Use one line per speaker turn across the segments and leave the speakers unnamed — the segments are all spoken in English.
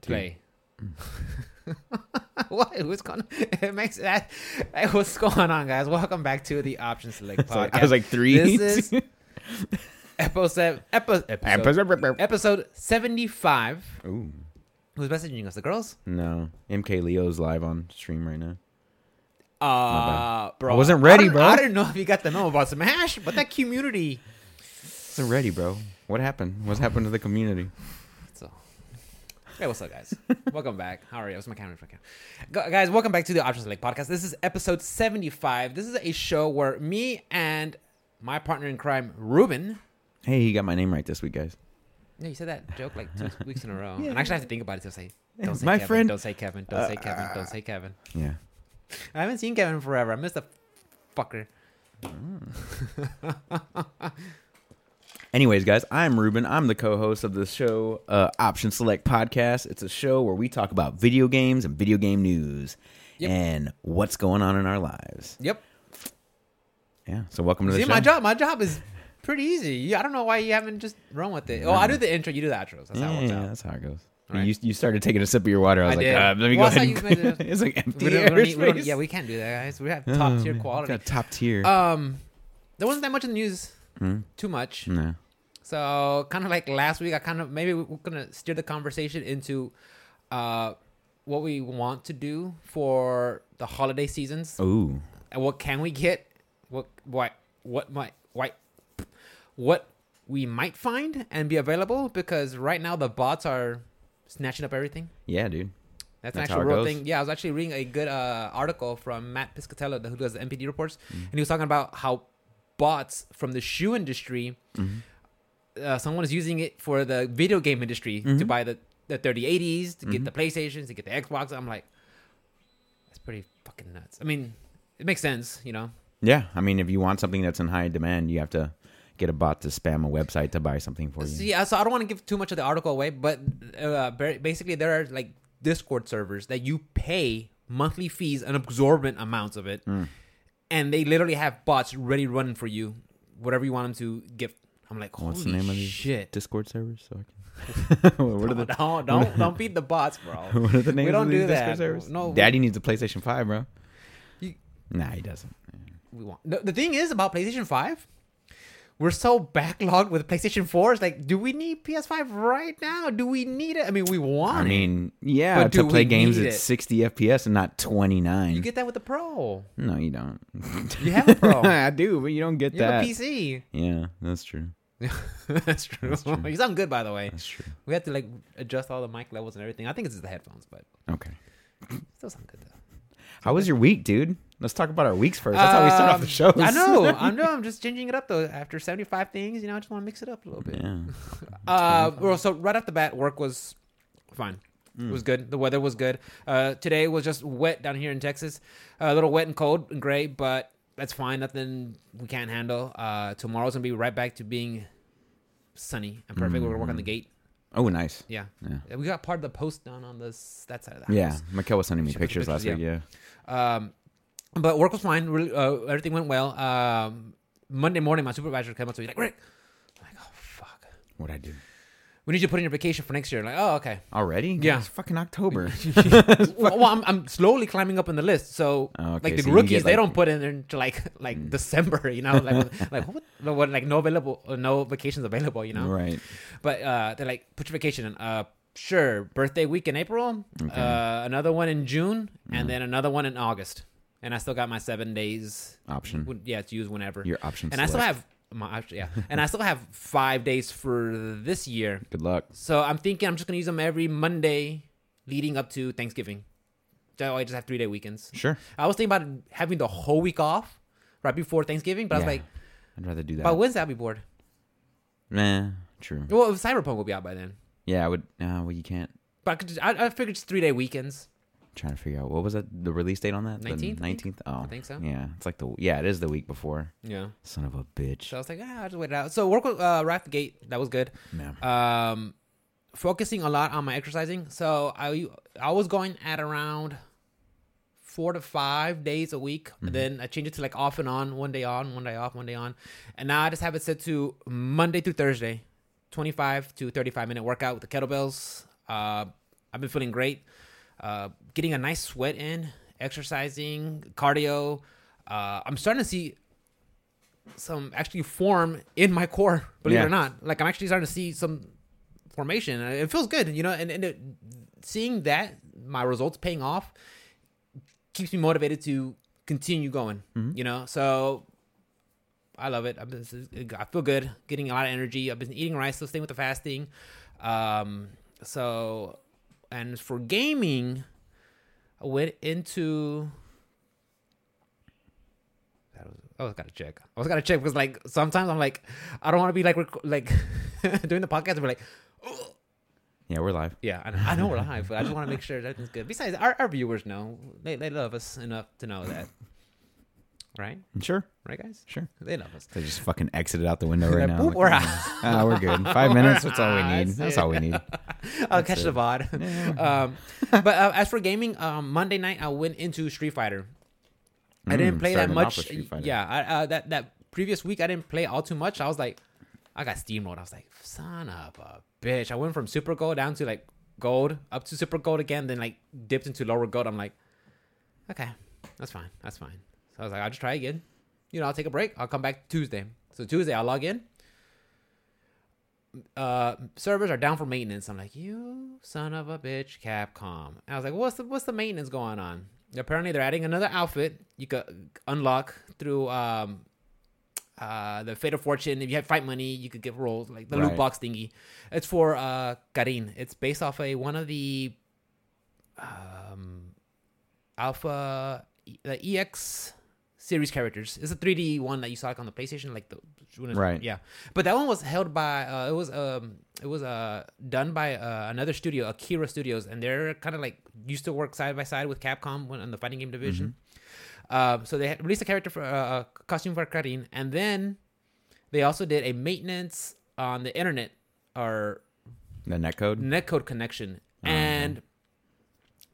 play. what? What's going? It makes that. Hey, what's going on, guys? Welcome back to the Option Select
So
podcast.
I was like three.
This is episode epi- episode
Episode-
episode seventy five.
Ooh,
Who's messaging us? The girls?
no. MK Leo's live on stream right now.
Uh, bro,
I wasn't ready,
don't-
bro.
I didn't know if you got to know about Smash, but that community.
It's ready, bro. What happened? What's happened to the community?
So, hey, what's up, guys? welcome back. How are you? What's my camera? Where's my camera? Gu- guys, welcome back to the Options Select podcast. This is episode 75. This is a show where me and my partner in crime, Ruben.
Hey, he got my name right this week, guys.
Yeah, you said that joke like two weeks in a row.
Yeah.
and I actually have to think about it to say, don't say
My
Kevin,
friend-
don't say Kevin, don't say
Uh,
Kevin, don't say Kevin.
Yeah.
I haven't seen Kevin in forever. I missed the fucker.
Anyways, guys, I'm Ruben. I'm the co-host of the show uh, Option Select Podcast. It's a show where we talk about video games and video game news
Yep.
and what's going on in our lives.
Yep.
Yeah. So welcome to the
See,
show.
my job, my job is pretty easy. You- I don't know why you haven't just run with it. Oh, I do the intro, you do the outros. That's
Yeah,
how it works
yeah,
out.
that's how it goes.
Right.
You, you started taking a sip of your water. I was
I
like,
did.
Uh, let me
Well, I
go
thought
ahead.
you
and-
made
it's like empty
We don't- we
air
don't need- we don't-
space.
yeah, we can't do that, guys. We have
Oh,
top tier
man,
quality.
Got top tier.
Um, there wasn't that much in the news,
Hmm.
too much.
no.
So kind of like last week, I kind of maybe we're gonna steer the conversation into, uh, what we want to do for the holiday seasons
Ooh.
and what can we get, what what what might why, what we might find and be available because right now the bots are snatching up everything.
Yeah, dude.
That's,
That's
an
how
actual
it
real
goes.
thing. Yeah, I was actually reading a good uh, article from Matt Piscatello, who does the MPD reports,
Mm-hmm.
and he was talking about how bots from the shoe industry,
Mm-hmm.
uh, someone is using it for the video game industry to buy the, the 3080s, to get the
Mm-hmm.
PlayStations, to get the Xbox. I'm like, that's pretty fucking nuts. I mean, it makes sense, you know?
Yeah, I mean, if you want something that's in high demand, you have to get a bot to spam a website to buy something for you.
So, yeah, so I don't want to give too much of the article away, but uh, ba- basically there are like Discord servers that you pay monthly fees and absorbent amounts of it,
Mm.
and they literally have bots ready running for you, whatever you want them to give. I'm like, holy
What's the name of these
shit!
Discord servers? So I can. what are the
don't don't don't feed the bots, bro.
What are the names
don't
of these
do that.
Discord servers?
No, we-
Daddy needs a PlayStation Five, bro.
You-
Nah, he doesn't.
We want the, the thing is about PlayStation Five. We're so backlogged with PlayStation 4s. Like, do we need PS5 right now? Do we need it? I mean, we want
I
it.
mean, yeah,
But
to
do
play
we
games
need
at
it?
60 FPS and not 29.
You get that with the Pro.
no, you don't.
You have a Pro.
I do, but you don't get
You have
that.
a PC.
yeah, that's true.
That's true. you sound good, by the way.
That's true.
We had to like adjust all the mic levels and everything. I think it's just the headphones, but
Okay.
still sound good though.
How was your week, dude? Let's talk about our weeks first. That's how we start off the
Um,
shows.
I know. I know. I'm just changing it up though. After 75 things, you know, I just want to mix it up a little bit.
yeah.
Uh, well, so right off the bat, work was fine. It
Mm.
was good. The weather was good. Uh, today was just wet down here in Texas. a little wet and cold and gray, but that's fine. Nothing we can't handle. Uh, tomorrow's gonna be right back to being sunny and perfect. We're gonna work on the gate.
Oh, nice.
Yeah.
Yeah.
We got part of the post done on this that side of the house.
Yeah, Mikkel was sending me
She posted
pictures, last
pictures,
week. Yeah,
Um, but work was fine. Really, uh, everything went well. Um, Monday morning, my supervisor came up to me like, "Rick," I'm like, "Oh fuck,
what I do
we need you to put in your vacation for next year." like, "Oh okay."
already?
Yeah.
it's fucking October.
well, well, I'm, I'm slowly climbing up in the list. So
Oh, okay,
like the
so you can
rookies,
get,
they
like- Mm.
don't put in until like like December. You know, like like what, what like no available, no vacations available. You know,
Right.
But uh, they're like, put your vacation in. Uh, sure, birthday week in April, uh, another one in June, and then another one in August. And I still got my seven days
Option.
Would- Yeah, to use whenever.
Your option.
and I still
select.
have my option. Yeah, and I still have five days for this year.
Good luck.
So I'm thinking I'm just gonna use them every Monday leading up to Thanksgiving. So I just have three day weekends.
Sure.
I was thinking about having the whole week off right before Thanksgiving, but I was
Yeah,
like,
I'd rather do that.
by Wednesday I'll be bored.
Nah, true.
Well, Cyberpunk will be out by then.
Yeah, I would. Nah, well, you can't.
But I, could just, I, I figured just three day weekends.
I'm trying to figure out what was that the release date on that?
19th, I think.
Nineteenth. Oh,
I think so.
Yeah, it's like the yeah, it is the week before.
Yeah.
Son of a bitch.
So I was like, ah, I'll just wait it out. So work with uh, right off the gate. That was good.
Man.
Um, focusing a lot on my exercising. So I I was going at around four to five days a week. Then I changed it to like off and on, one day on, one day off, one day on, and now I just have it set to Monday through Thursday, twenty five to thirty five minute workout with the kettlebells. Uh, I've been feeling great. Uh, getting a nice sweat in, exercising, cardio. Uh, I'm starting to see some actually form in my core, believe it
Yeah.
or not. Like I'm actually starting to see some formation. and It feels good, you know. And, and it, seeing that my results paying off keeps me motivated to continue going. You know, so I love it. I've been, I feel good, getting a lot of energy. I've been eating rice, so staying with the fasting. Um, so, and for gaming, I went into. That was, I was gotta check. I was gotta check because like sometimes I'm like, I don't want to be like rec- like doing the podcast and be like,
Yeah, we're live.
yeah, I know, I know we're live, but I just want to make sure that everything's good. Besides, our, our viewers know they they love us enough to know that, right?
Sure,
Right, guys?
sure.
They love us.
They just fucking exited out the window right
Like,
now.
boop,
Look
we're
at
out.
them. Ah, we're good. Five minutes. That's all we
out.
need.
That's
That's
it.
all we need.
I'll catch the VOD. Um, but uh, as for gaming, um, Monday night I went into Street Fighter. I didn't
Mm,
play that
starting off
much.
with Street Fighter.
Yeah, I, uh, that that previous week I didn't play all too much. I was like, I got steamrolled. I was like, son of a bitch. I went from super gold down to like gold, up to super gold again, then like dipped into lower gold. I'm like, okay, that's fine, that's fine. So I was like, I'll just try again. You know, I'll take a break. I'll come back Tuesday. So Tuesday I'll log in. Uh, servers are down for maintenance. I'm like, you son of a bitch, Capcom. And I was like, what's the what's the maintenance going on? Apparently, they're adding another outfit you could unlock through um, uh, the Fate of Fortune. If you had fight money, you could get rolls like the
Right.
loot box thingy. It's for uh, Karin. It's based off a one of the um, Alpha E- the EX series characters. It's a 3D one that you saw like on the PlayStation, like the when it-
Right.
Yeah, but that one was held by uh, it was um it was uh done by uh, another studio, Akira Studios, and they're kind of like used to work side by side with Capcom when, on the fighting game division. Um, so they had released a character for uh, a costume for Karin, and then they also did a maintenance on the internet or
The net code.
netcode connection. and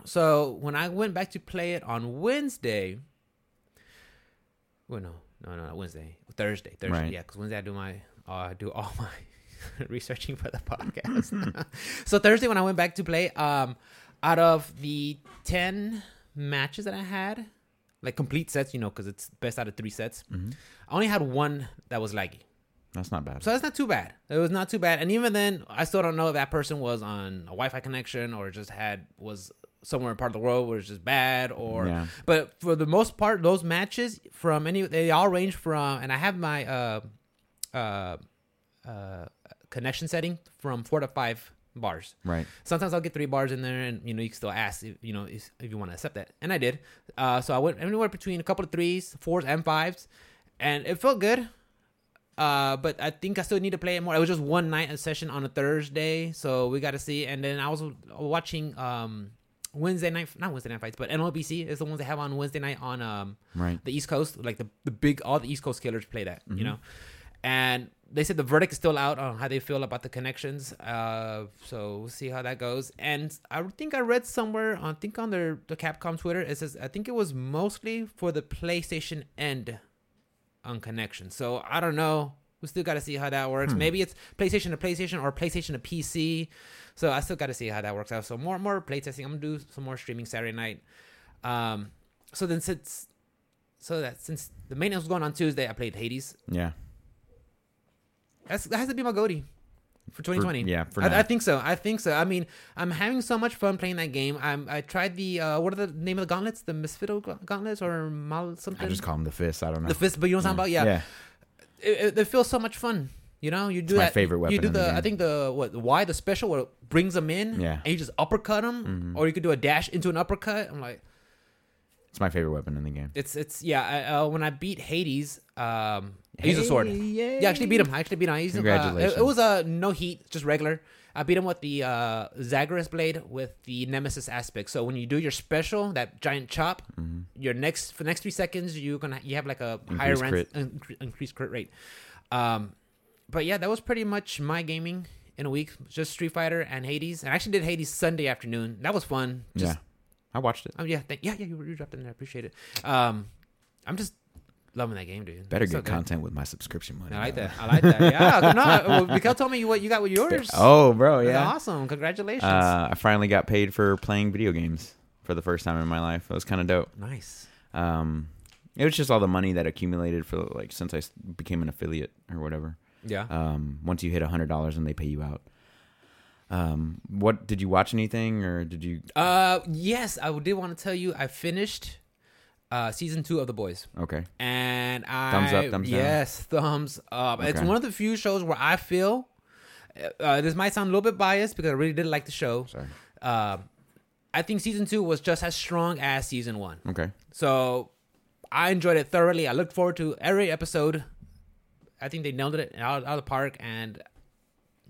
so when I went back to play it on Wednesday, well, no, no, no, not Wednesday, Thursday, Thursday,
Right.
yeah, because Wednesday I do my, uh, I do all my researching for the podcast. so Thursday when I went back to play, um, out of the ten matches that I had, like complete sets, you know, because it's best out of three sets, I only had one that was laggy.
That's not bad.
So that's not too bad. It was not too bad. And even then, I still don't know if that person was on a Wi-Fi connection or just had was somewhere in part of the world where it's just bad or
Yeah.
but for the most part those matches from any they all range from and I have my uh uh uh connection setting from 4 to 5 bars.
Right.
Sometimes I'll get three bars in there, and you know you can still ask, if, you know, if, if you want to accept that, and I did. Uh, so I went anywhere between a couple of threes, fours, and fives, and it felt good. Uh, but I think I still need to play it more. It was just one night a session on a Thursday, so we got to see. And then I was watching um Wednesday night, not Wednesday night fights, but NLBC is the ones they have on Wednesday night on um
Right.
the East Coast, like the, the big all the East Coast killers play that, you know. And they said the verdict is still out on how they feel about the connections. Uh, so we'll see how that goes. And I think I read somewhere, I think on their the Capcom Twitter, it says I think it was mostly for the PlayStation end on connection. So I don't know. We still got to see how that works. Maybe it's PlayStation to PlayStation or PlayStation to PC. So I still got to see how that works out. So more more playtesting. I'm gonna do some more streaming Saturday night. Um, so then since so that since the maintenance was going on Tuesday, I played Hades.
Yeah.
That's, that has to be my goatee for 2020.
For- yeah, for now.
I, I think so. I think so. I mean, I'm having so much fun playing that game. I'm I tried the uh, what are the name of the gauntlets? The Misfit gauntlets or Mal something?
I just call him the fist. I don't know.
the fist, but you know what I'm talking about? Yeah,
Yeah.
It, it, it feels so much fun. You know, you do
my
that.
favorite weapon
You do
in the
the,
game.
I think the what the Y the special what brings them in.
Yeah. Mm-hmm.
and you just uppercut them, or you could do a dash into an uppercut. I'm like,
It's my favorite weapon in the game.
It's it's yeah. I, uh, when I beat Hades, um, I used a sword.
Hey,
Yeah, I actually beat him. I actually beat him. I used, uh,
Congratulations.
it, it was a uh, no heat, just regular. I beat him with the uh, Zagreus blade with the Nemesis aspect. So when you do your special, that giant chop,
Mm-hmm.
your next for the next three seconds, you gonna you have like a higher
Increased
rank, incre- increased crit rate. Um, but yeah, that was pretty much my gaming in a week. Just Street Fighter and Hades, and I actually did Hades Sunday afternoon. That was fun. Just
yeah. I watched it.
Oh yeah, thank, yeah, yeah. You, you dropped in there. I appreciate it. Um, I'm just Loving that game, dude.
Better
So
get
good.
content with my subscription money.
I like
man.
that. I like that. Yeah. No, well, Mikel told me you what you got with yours.
Oh, bro,
That's
yeah.
awesome. Congratulations.
Uh, I finally got paid for playing video games for the first time in my life. That was kind of dope.
nice.
Um, it was just all the money that accumulated for like since I s- became an affiliate or whatever.
Yeah.
Um, once you hit a hundred dollars and they pay you out. Um, what did you watch anything or did you?
Uh, yes, I did want to tell you I finished uh season two of The Boys,
Okay,
and I
Thumbs up, thumbs down?
yes, thumbs up. It's
Okay.
one of the few shows where I feel uh, this might sound a little bit biased because I really did like the show.
sorry.
Uh, I think season two was just as strong as season one.
Okay,
So I enjoyed it thoroughly. I looked forward to every episode. I think they nailed it out, out of the park, and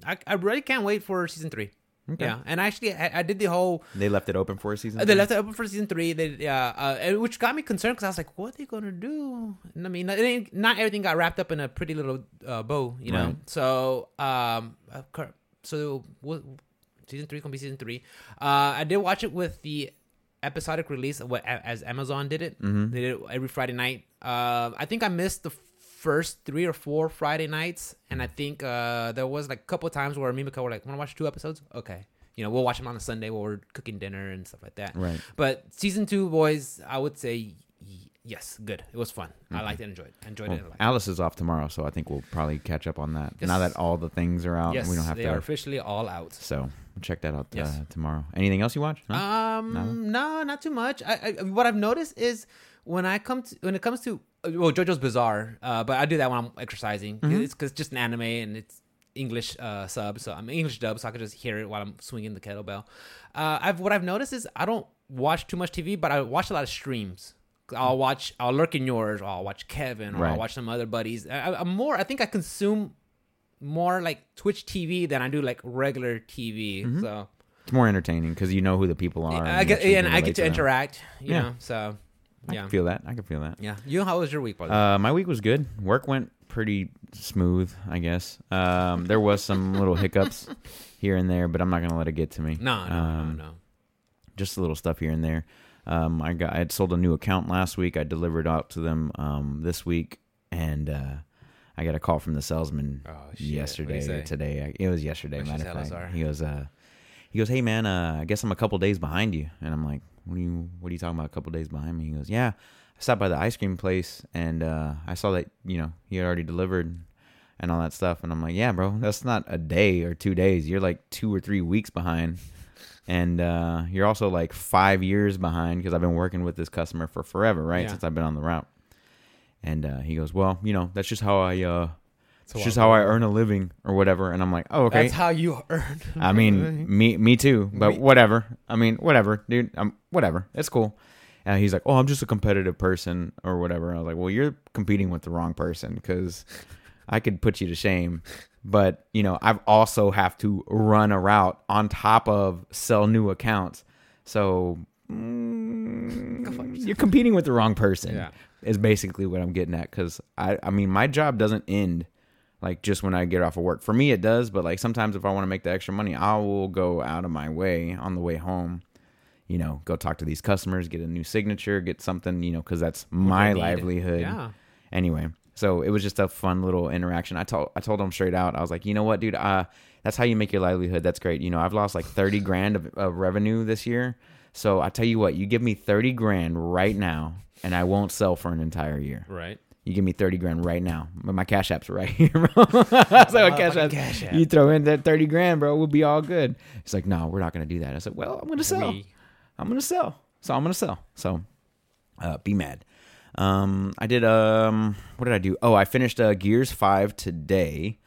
I, I really can't wait for season three. Yeah, and actually, I, I did the whole.
they left it open for a season.
Uh, They
three?
left it open for season three. They, uh, uh, and which got me concerned because I was like, "What are they gonna do?" And I mean, it ain't, not everything got wrapped up in a pretty little uh, bow, you know.
Right.
So, um, of cour- so what, season three gonna be season three. Uh, I did watch it with the episodic release of what as Amazon did it.
Mm-hmm.
They did it every Friday night. Uh, I think I missed the first three or four Friday nights, and I think uh, there was like a couple times where me and Mikhail were like, "Want to watch two episodes? Okay." You know, we'll watch them on a Sunday while we're cooking dinner and stuff like that.
Right.
But season two, boys, I would say y- yes, good. It was fun. I liked it. Enjoyed. it.
Mm-hmm.
Enjoyed
Well,
it. and liked it.
Alice is off tomorrow, so I think we'll probably catch up on that.
Yes.
Now that all the things are out,
Yes,
um, we don't have
they
to.
are officially all out.
So check that out uh,
Yes.
tomorrow. Anything else you watch? No?
Um, no, not too much. I, I what I've noticed is when I come to when it comes to uh, well, JoJo's Bizarre, uh, but I do that when I'm exercising.
Mm-hmm.
It's 'cause It's just an anime and it's English uh, sub, so I'm English dub, so I can just hear it while I'm swinging the kettlebell. Uh, I've what I've noticed is I don't watch too much TV, but I watch a lot of streams. I'll watch, I'll lurk in yours, or I'll watch Kevin, or
Right.
I'll watch some other buddies. I, I- I'm more, I think I consume more like Twitch TV than I do like regular TV.
Mm-hmm.
So
It's more entertaining because you know who the people are.
I
you
get,
actually
and I
relate
get to
them.
interact. You
Yeah.
know, so
I
yeah,
can feel that. I can feel that.
yeah. You, how was your week, brother?
Uh, my week was good. Work went pretty smooth, I guess. Um, there was some little hiccups here and there, but I'm not gonna let it get to me.
no, no,
um,
no, no.
Just a little stuff here and there. Um, I got I had sold a new account last week. I delivered out to them um, this week, and uh, I got a call from the salesman
Oh, shit. What'd he
yesterday
say?
or today. I- It was yesterday,
What'd you
matter
tell
of
us,
fact.
Ari?
He goes, uh, he goes, hey man, uh, I guess I'm a couple days behind you. And I'm like, what are you, what are you talking about? A couple days behind me? He goes, yeah, I stopped by the ice cream place and uh, I saw that you know he had already delivered and all that stuff. And I'm like, yeah, bro, that's not a day or two days. You're like two or three weeks behind. And uh, you're also like five years behind because I've been working with this customer for forever, right?
Yeah.
Since I've been on the route. And uh, he goes, well, you know, that's just how I uh,
So
it's just
I'll-
how I earn a living or whatever. And I'm like, oh, okay.
That's how you earn.
I mean, me, me too, but
Me-
whatever. I mean, whatever, dude. I'm whatever. It's cool. And he's like, oh, I'm just a competitive person or whatever. I was like, well, you're competing with the wrong person because I could put you to shame. But you know, I've also have to run a route on top of sell new accounts. So mm, you're competing with the wrong person.
Yeah.
Is basically what I'm getting at because I, I mean, my job doesn't end like just when I get off of work. For me, it does, but like sometimes if I want to make the extra money, I will go out of my way on the way home. You know, go talk to these customers, get a new signature, get something. You know, because that's my
need.
livelihood.
Yeah.
Anyway, so it was just a fun little interaction. I told I told him straight out. I was like, you know what, dude, uh, that's how you make your livelihood. That's great. You know, I've lost like thirty grand of, of revenue this year. So I tell you what, you give me thirty grand right now, and I won't sell for an entire year.
Right.
You give me thirty grand right now. My my cash app's right here, bro. I was like, my cash,
Motherfucking
app.
Cash App.
You throw in that thirty grand, bro. We'll be all good. He's like, no, we're not gonna do that. I said, well, I'm gonna sell.
We-
I'm gonna sell. So I'm gonna sell. So uh, be mad. Um, I did. Um, what did I do? Oh, I finished uh, Gears Five today.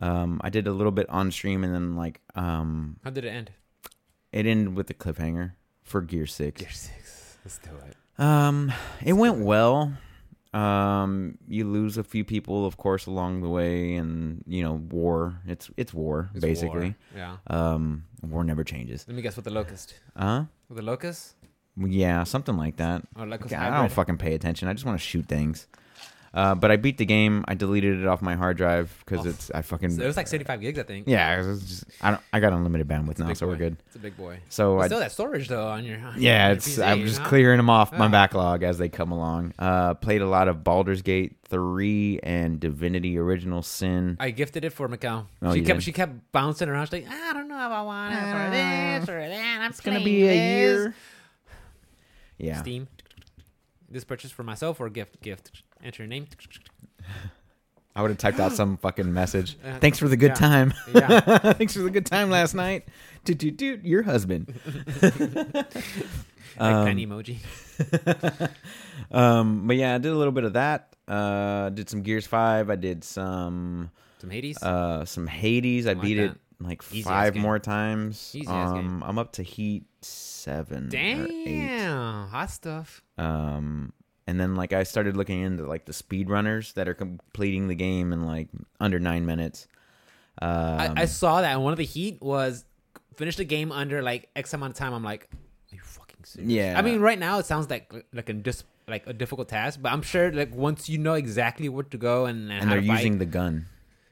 Um, I did a little bit on stream, and then like um,
How did it end?
it ended with a cliffhanger for Gear Six.
six. Let's do it.
Um, it went well. Um, you lose a few people, of course, along the way, and you know, war. It's it's war, basically.
Yeah.
Um, war never changes.
Let me guess. With the locust.
Huh?
With the locust
Yeah, something like that.
or locust
I
hybrid?
don't fucking pay attention. I just want to shoot things. Uh, but I beat the game. I deleted it off my hard drive because
Oh.
it's I fucking
So it was like 75 gigs, I think.
yeah. It was just, I don't. I got unlimited bandwidth now,
Big
so we're
boy.
good.
It's a big boy.
So
But
I
still that storage though on your. On
yeah,
your
it's
PC,
I'm
you
just
know?
clearing them off my
Oh.
backlog as they come along. Uh, played a lot of Baldur's Gate three and Divinity Original Sin.
I gifted it for Macau.
Oh,
she
you
kept
did?
she kept bouncing around. She's like, I don't know if I want it for this or that. I'm
It's gonna
playing
be a
this."
year. Yeah,
Steam. This purchase for myself or gift gift. Enter your name.
I would have typed out some fucking message.
Uh,
Thanks for the good
yeah.
time.
Yeah.
Thanks for the good time last night. Dude, dude, dude, your husband.
Eggplant emoji.
Um, but yeah, I did a little bit of that. Uh, did some Gears Five. I did some
Some Hades.
uh some Hades. I
Like
beat it
that.
like
Oh Easy ass
five
game.
more times.
Easy ass
Um, I'm up to Heat seven. Or eight.
Damn, hot stuff.
um and then like i started looking into like the speedrunners that are completing the game in like under nine minutes um,
I, I saw that, and one of the heat was finish the game under like X amount of time. I'm like, are you fucking serious?
Yeah.
I mean, right now it sounds like like a just like a difficult task, but I'm sure like once you know exactly where to go and and,
and
how
they're
to fight,
using the gun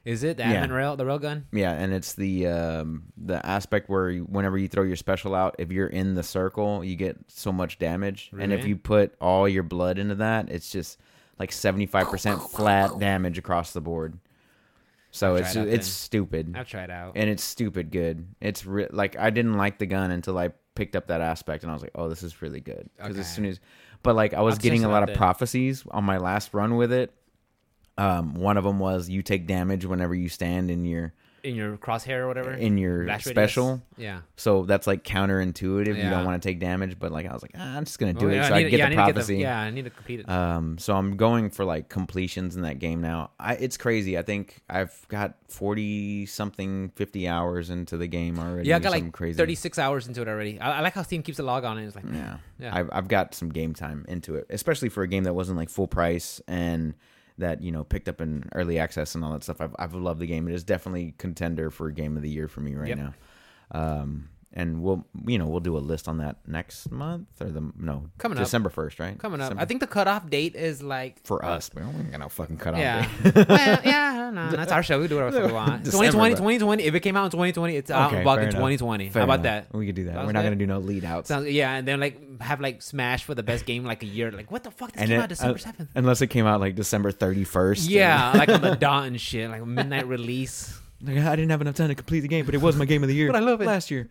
is it the
Yeah.
admin rail the rail gun?
yeah and it's the um the aspect where you, whenever you throw your special out if you're in the circle you get so much damage and if
Really?
you put all your blood into that it's just like 75% flat damage across the board so
I'll
it's
try it out
it's
then.
stupid
I'll try it out.
and it's stupid good. It's re- like I didn't like the gun until I picked up that aspect, and I was like, "Oh, this is really good." Because
Okay.
as soon as, but like I was
I'll test
getting a
it
lot
out
of
then.
prophecies on my last run with it. Um, one of them was you take damage whenever you stand in your
in your crosshair or whatever.
in your
Blast radius.
special.
Yeah.
So that's like counterintuitive. You
Yeah.
don't want to take damage, but like I was like, ah, I'm just gonna do
Oh,
it
yeah,
so I,
need to-
get
yeah,
the
need to
prophecy.
yeah, I need to complete it.
Um, so I'm going for like completions in that game now. I it's crazy. I think I've got forty something, fifty hours into the game already.
yeah, I
or
got
something
like
crazy.
36 hours into it already. I, I like how Steam keeps a log on it. It's like,
Yeah,
Yeah.
I've I've got some game time into it, especially for a game that wasn't like full price and that you know picked up in early access and all that stuff. I've I've loved the game. It is definitely contender for game of the year for me right
Yep.
now. Um, and we'll you know we'll do a list on that next month or the no
Coming up.
December first, right?
coming up.
December-
I think the cutoff date is like
for us, we ain't got no fucking cut off.
Yeah.
date.
well, yeah, no, that's our show. We do whatever we want.
December,
2020,
but-
2020. If it came out in 2020, it's out
Okay,
in
fair
fucking
enough.
2020.
Fair
How about
enough.
that?
We could do that.
Sounds
We're not
good?
going to do no lead outs.
Sounds, yeah, and then like have like Smash for the best game like a year. Like what the fuck? This
And
came
it-
out December
uh,
seventh.
Unless it came out like December 31st.
Yeah, like on the dot and shit, like midnight release.
Like, I didn't have enough time to complete the game, but it was my game of the year.
But I love it.
Last year.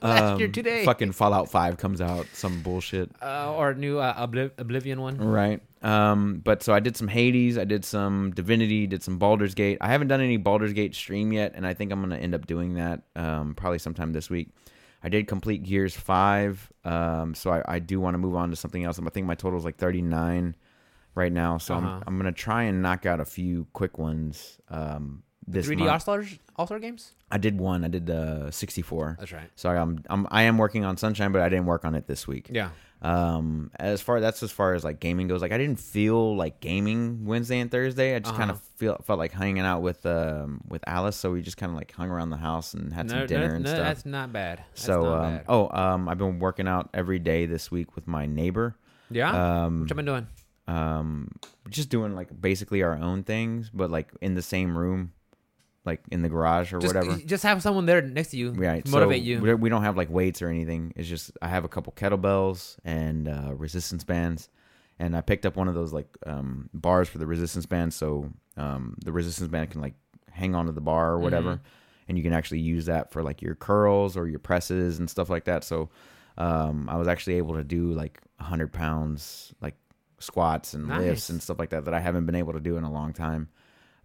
Last year
Um,
today.
Fucking Fallout 5 comes out. Some bullshit.
Uh, or new uh, Obliv- Oblivion one.
Right. Um, but so I did some Hades, I did some Divinity, did some Baldur's Gate. I haven't done any Baldur's Gate stream yet, and I think I'm gonna end up doing that um, probably sometime this week. I did complete Gears Five, um, so I, I do want to move on to something else. I think my total is like 39 right now, so
Uh-huh.
I'm, I'm gonna try and knock out a few quick ones um, this
3D
month.
All Stars All Star games.
I did one. I did uh, 64.
That's right.
So I'm, I'm I am working on Sunshine, but I didn't work on it this week
Yeah.
um as far that's as far as like gaming goes like i didn't feel like gaming wednesday and thursday i just
Uh-huh.
kind of feel felt like hanging out with um with alice so we just kind of like hung around the house and had some dinner and stuff
That's not bad. That's
so
not
um
bad.
oh um i've been working out every day this week with my neighbor
yeah.
um
Which I've been doing.
um just doing like basically our own things but like in the same room like in the garage or
Just,
whatever
just have someone there next to you.
Right.
to Motivate
so
you.
we don't- We don't have like weights or anything. It's just I have a couple kettlebells and uh, resistance bands, and I picked up one of those like um, bars for the resistance band, so um, the resistance band can like hang onto the bar
Mm-hmm.
or whatever, and you can actually use that for like your curls or your presses and stuff like that. So um, I was actually able to do like hundred pounds like squats and lifts
Nice.
and stuff like that that I haven't been able to do in a long time.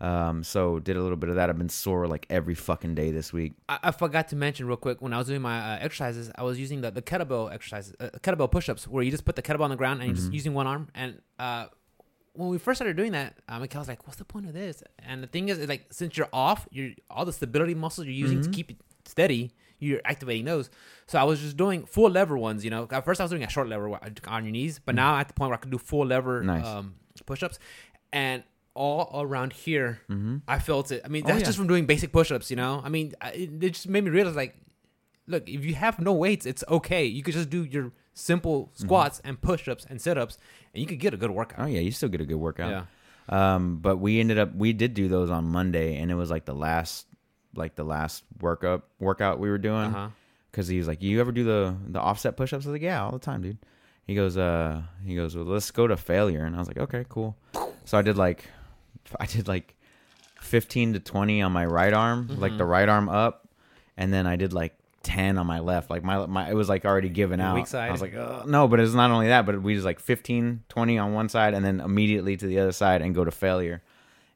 Um, so did a little bit of that. I've been sore like every fucking day this week.
I, I forgot to mention real quick when I was doing my uh, exercises, I was using the, the kettlebell exercises, uh, kettlebell push-ups, where you just put the kettlebell on the ground and you're
Mm-hmm.
just using one arm. And uh, when we first started doing that, uh, Mikhail was like, "What's the point of this?" And the thing is, is like since you're off, you all the stability muscles you're using
Mm-hmm.
to keep it steady, you're activating those. So I was just doing full lever ones. You know, at first I was doing a short lever where I- on your knees, but now I'm at the point where I can do full lever
Mm. Nice.
um, push-ups, and all around here, I felt it. I mean,
Oh,
that's
yeah.
just from doing basic push-ups. You know, I mean, I, it it just made me realize like, look, if you have no weights, it's okay. You could just do your
Mm-hmm.
simple squats and push-ups and sit-ups, and you could get a good workout.
Oh yeah, you still get a good workout.
Yeah.
Um, but we ended up we did do those on Monday, and it was like the last like the last workup workout we were doing
Uh-huh.
because he was like, "You ever do the the offset push-ups?" I was like, "Yeah, all the time, dude." He goes, "Uh, he goes, well, let's go to failure," and I was like, "Okay, cool." So I did like, I did like fifteen to twenty on my right arm,
Mm-hmm.
like the right arm up, and then I did like ten on my left, like my my it was like already given out.
weak side.
I was like, Ugh. no, but it's not only that, but we just like 15, 20 on one side, and then immediately to the other side and go to failure.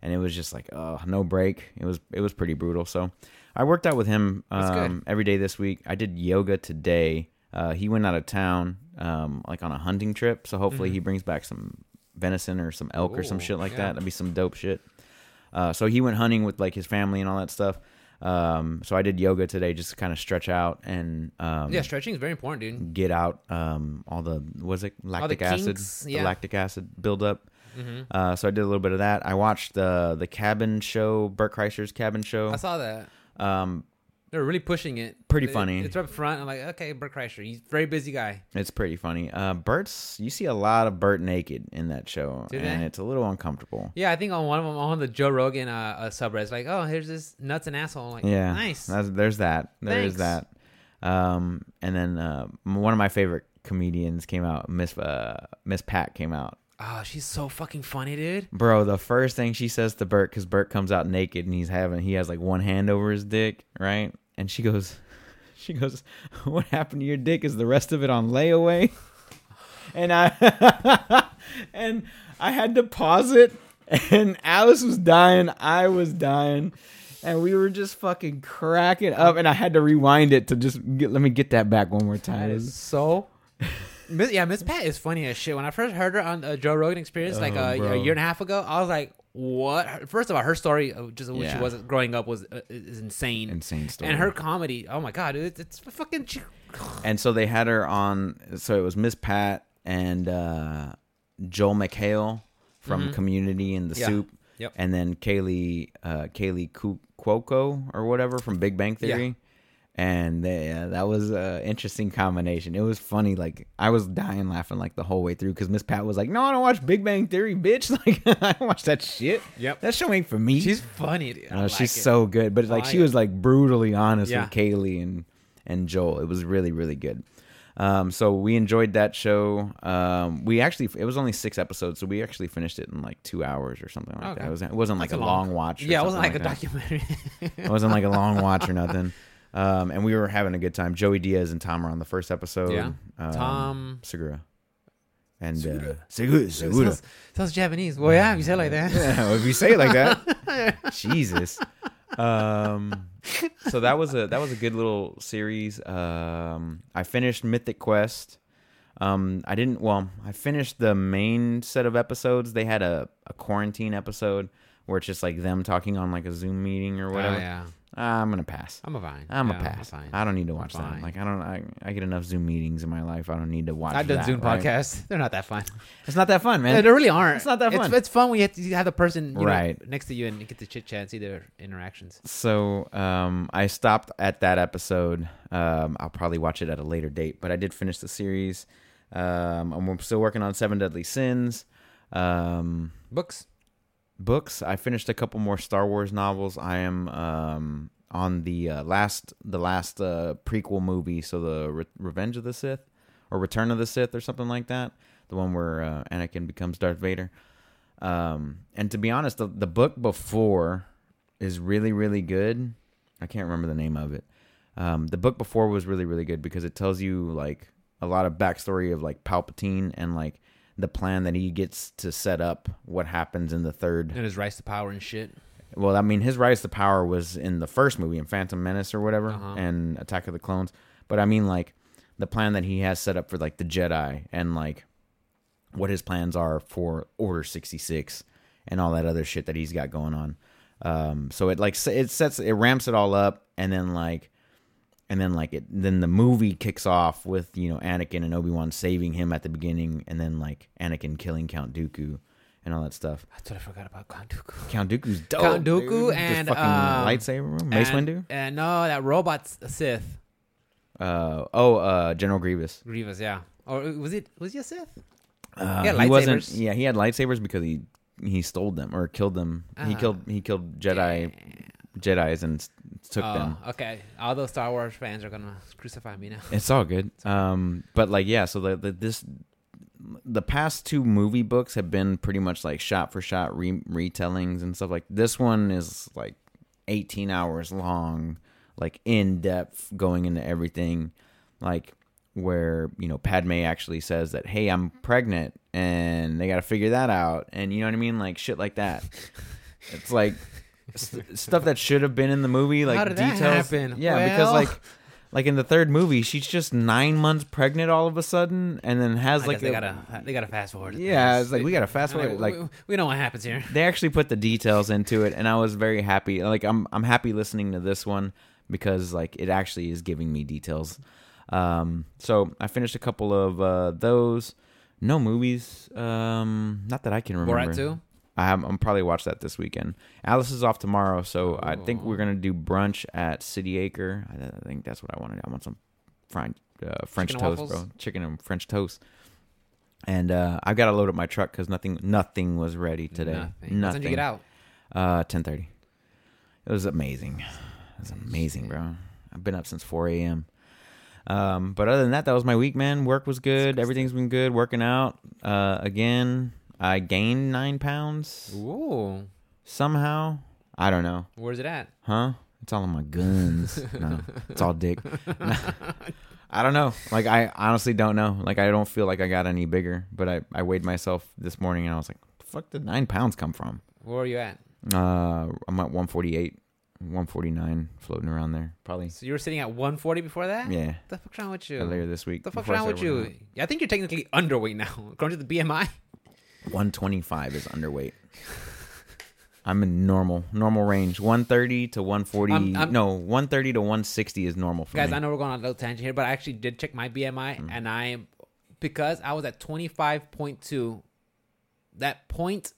And it was just like, oh, no break. It was it was pretty brutal. So I worked out with him
good.
um, every day this week. I did yoga today. Uh, he went out of town, um, like on a hunting trip. So hopefully he brings back some venison or some elk or some
Mm-hmm. Ooh,
shit like
yeah.
that. That'd be some dope shit. Uh, so he went hunting with like his family and all that stuff. Um, so I did yoga today just to kind of stretch out and um,
Yeah, stretching is very important, dude.
get out um, all the was it lactic acid,
kinks,
the
yeah. Mm-hmm.
lactic acid buildup. Uh, so I did a little bit of that. I watched the the cabin show, Bert Kreischer's cabin show.
I saw that.
Um,
They were really pushing it.
Pretty
It-
funny.
It's up front. I'm like, okay, Bert Kreischer. He's a very busy guy.
it's pretty funny. Uh, Bert's you see a lot of Bert naked in that show,
Do
and
they?
it's a little uncomfortable.
Yeah, I think on one of them, on the Joe Rogan uh, uh, subreddit, it's like, oh, here's this nuts and asshole. I'm like,
Yeah,
nice.
That's, there's that. There is
Thanks.
that. Um, and then uh, m- one of my favorite comedians came out. Miss uh, Miss Pat came out.
oh, she's so fucking funny, dude.
Bro, the first thing she says to Bert, because Bert comes out naked and he's having, he has like one hand over his dick, right? And she goes, she goes, what happened to your dick? Is the rest of it on layaway? And I, and I had to pause it. And Alice was dying. I was dying. And we were just fucking cracking up. And I had to rewind it to just get, let me get that back one more time.
That is so. Miss, yeah, Miss Pat is funny as shit. When I first heard her on uh, Joe Rogan Experience like
Oh,
a,
bro.
a year and a half ago, I was like, what? Her- First of all, her story of just when
Yeah.
she was growing up was uh, is insane.
Insane story.
And her comedy, oh my god, dude, it's, it's fucking. She,
and so they had her on so it was miss pat and uh joel mchale from community and the
Mm-hmm. Yeah.
soup
Yep.
and then kaylee uh kaylee Ku- cuoco or whatever from big bang theory and they, uh, that was an interesting combination it was funny like i was dying laughing like the whole way through because miss pat was like no i don't watch big bang theory bitch like i don't watch that shit
Yep.
that show ain't for me
she's funny. Dude. I
uh,
like
she's
it.
so good, but like she
like
was like brutally honest
Yeah.
with Kaylee and and Joel. It was really really good. Um, so we enjoyed that show. Um, we actually it was only six episodes, so we actually finished it in like two hours or something like that.
Okay.
It, was, it wasn't like
That's
a
a
long,
long-
watch. or
Yeah, it wasn't like,
something
a
that.
documentary.
It wasn't like a long watch or nothing. Um, and we were having a good time. Joey Diaz and Tom were on the first episode.
Yeah.
Um,
Tom-
Segura and uh, Segura Segura.
sounds, sounds Japanese. Well, yeah, you said like that.
Yeah, if you say it like that, Jesus. Um, so that was a that was a good little series. Um, I finished Mythic Quest. Um, I didn't. Well, I finished the main set of episodes. They had a, a quarantine episode where it's just like them talking on like a Zoom meeting or whatever. Ah,
Oh, yeah,
I'm gonna pass.
I'm a vine.
I'm
Yeah,
a pass.
vine.
I don't need to watch that.
fine.
Like I don't. I, I get enough Zoom meetings in my life. I don't need to watch.
I've done
that,
Zoom
right?
podcasts. They're not that fun.
It's not that fun, man.
No, they really aren't.
it's not that fun.
It's, it's fun when you have, to, you have the person you
Right.
know, next to you and you get to chit chat and see their interactions.
so um, I stopped at that episode. Um, I'll probably watch it at a later date, but I did finish the series. Um, I'm still working on Seven Deadly Sins. Um,
Books.
books. I finished a couple more Star Wars novels. I am um, on the uh, last the last uh, prequel movie, so the Re- Revenge of the Sith or Return of the Sith or something like that. The one where uh, Anakin becomes Darth Vader. Um, and to be honest, the, the book before is really really good. I can't remember the name of it. Um, the book before was really really good because it tells you like a lot of backstory of like Palpatine and like the plan that he gets to set up what happens in the third
And his rise to power and shit.
well, I mean, his rise to power was in the first movie, in Phantom Menace or whatever,
Uh-huh.
and Attack of the Clones. But I mean, like the plan that he has set up for like the Jedi and like what his plans are for Order sixty six and all that other shit that he's got going on. Um, so it like s- it sets it ramps it all up, and then like and then like it then the movie kicks off with you know Anakin and Obi Wan saving him at the beginning, and then like Anakin killing Count Dooku and all that stuff.
That's what I forgot about Count Dooku.
Count Dooku's dope.
Count Dooku
dude. The
and,
fucking
um,
lightsaber, Mace
and,
Windu.
And no, that robot's a Sith.
Uh, oh, uh, General Grievous.
Grievous, yeah. Or was it? Was he a Sith?
Uh,
He had
wasn't.
lightsabers.
Yeah, he had lightsabers because he he stole them or killed them. he
Ah.
killed he killed Jedi Jedi's and s- took
Oh,
them.
okay. All those Star Wars fans are gonna crucify me now.
It's all good. Um, but like yeah, so the, the this the past two movie books have been pretty much like shot for shot re- retellings and stuff like this one is like 18 hours long like in depth going into everything like where you know Padme actually says that hey I'm pregnant and they got to figure that out and you know what I mean like shit like that it's like st- stuff that should have been in the movie like
How did that
details
happen?
yeah because
Well-
like like in the third movie she's just 9 months pregnant all of a sudden and then has
I
like
guess they
a-
gotta they gotta fast forward.
yeah, it's like we gotta fast
Like,
forward. Like
we, we know what happens here.
they actually put the details into it, and I was very happy. Like I'm, I'm happy listening to this one because like it actually is giving me details. Um, so I finished a couple of uh, those. No movies, um, not that I can remember.
Borat two.
I have, I'm probably watch that this weekend. Alice is off tomorrow, so I think we're gonna do brunch at City Acre. I, I think that's what I wanted. I want some fried, uh, French
Chicken and
toast, bro.
waffles?
Chicken and French toast. And uh, I've got to load up my truck because nothing, nothing was ready today.
Nothing. What time did you get out?
Uh, ten thirty. It was amazing. It was amazing, bro. I've been up since four a.m. Um, but other than that, that was my week, man. Work was good. Everything's been good. Working out. Uh, again, I gained nine pounds
Ooh,
somehow. I don't know,
where's it at?
huh? It's all in my guns. no, it's all dick. I don't know. Like I honestly don't know. Like I don't feel like I got any bigger. But I I weighed myself this morning and I was like, the "Fuck, did nine pounds come from?"
Where are you at?
Uh, I'm at 148, 149, floating around there. Probably.
So you were sitting at 140 before that.
Yeah.
The fuck's wrong with you?
Earlier this week.
The fuck's
before I
wrong with
started
you?
working
I think you're technically underweight now. According to the BMI.
out. 125 is underweight. I'm in normal normal range. 130 to 140.
I'm- I'm-
no, 130 to 160 is normal for
Guys,
me.
I know we're going on a little tangent here, but I actually did check my BMI,
Mm-hmm.
and I, because I was at twenty five point two, that point,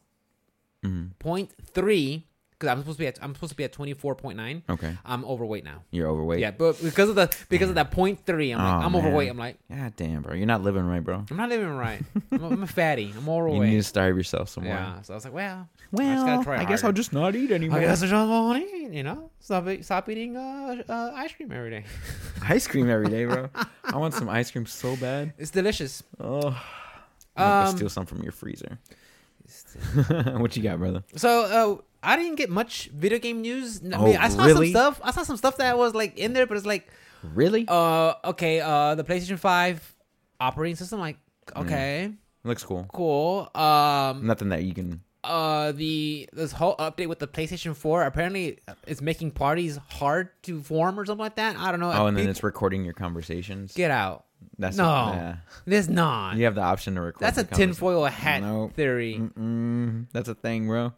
Mm-hmm.
point three, because I'm supposed to be at I'm supposed to be at twenty four point nine.
okay.
I'm overweight now.
You're overweight.
Yeah, but because of the because of that point three, I'm like
Aw,
I'm
Oh, man.
overweight. I'm like
God damn, bro. You're not living right, bro.
I'm not living right. I'm, a- I'm a fatty.
You need
I'm
to
overweight.
starve yourself some more.
Yeah, so I was like, well, I just
Well,
gotta
I,
try
guess
harder.
I'll just not eat anymore.
I guess I just won't eat. You know, stop eat- stop eating uh, uh, ice cream every day.
ice cream every day, bro. I want some ice cream so bad.
It's delicious.
Oh, I'm gonna
Um,
steal some from your freezer. what you got, brother?
So uh, I didn't get much video game news. I
Oh,
mean, I saw
really?
some stuff. I saw some stuff that was like in there, but it's like,
Really?
uh, okay, uh, the PlayStation Five operating system, like,
Mm.
okay,
Looks cool.
cool. Um,
Nothing that you can.
uh, the this whole update with the PlayStation Four apparently uh, it's making parties hard to form or something like that. I don't know.
Oh, and then
People-
it's recording your conversations.
get out.
That's
No,
yeah.
there's not.
You have the option to record.
That's a
your conversa-
tinfoil hat
Nope. Mm.
theory.
Mm-mm. That's a thing, bro.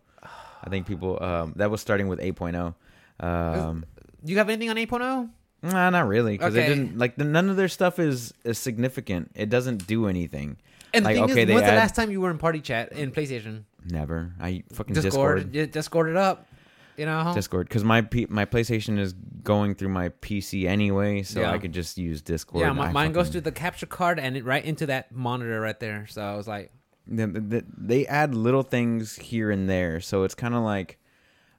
I think people. Um, that was starting with 8.0. Um,
Do you have anything on oh? 8.0?
nah, not really, because
Okay.
it didn't like the, none of their stuff is, is significant. It doesn't do anything.
And
like
the thing
okay,
is,
they
when's
add-
the last time you were in party chat in PlayStation?
never. I fucking
Discord,
Discord.
yeah, Discord it up. You know,
Discord, because my P- my PlayStation is going through my PC anyway, so
Yeah.
I could just use Discord.
yeah, my,
I
mine goes
fucking-
to the capture card and it right into that monitor right there. So I was like,
Th- th- th- they add little things here and there so it's kind of like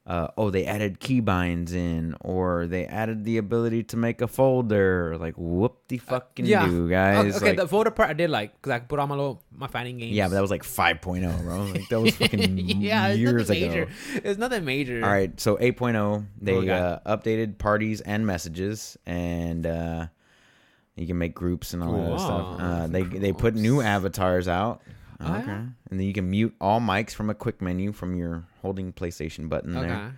uh, oh they added keybinds in or they added the ability to make a folder like whoop the fucking
yeah,
do
Oh,
guys
okay,
Like,
the voter part I did like because I could put all my little my fighting games.
yeah but that was like 5.0 bro like that was fucking
yeah, it's
years
nothing
ago
major. It's nothing major.
all right so 8.0
What we
they uh,
got?
updated parties and messages and uh you can make groups and all that other
Wow.
stuff. Uh, they they put new avatars out.
Oh, yeah?
okay. And then you can mute all mics from a quick menu from your holding PlayStation button
okay.
there.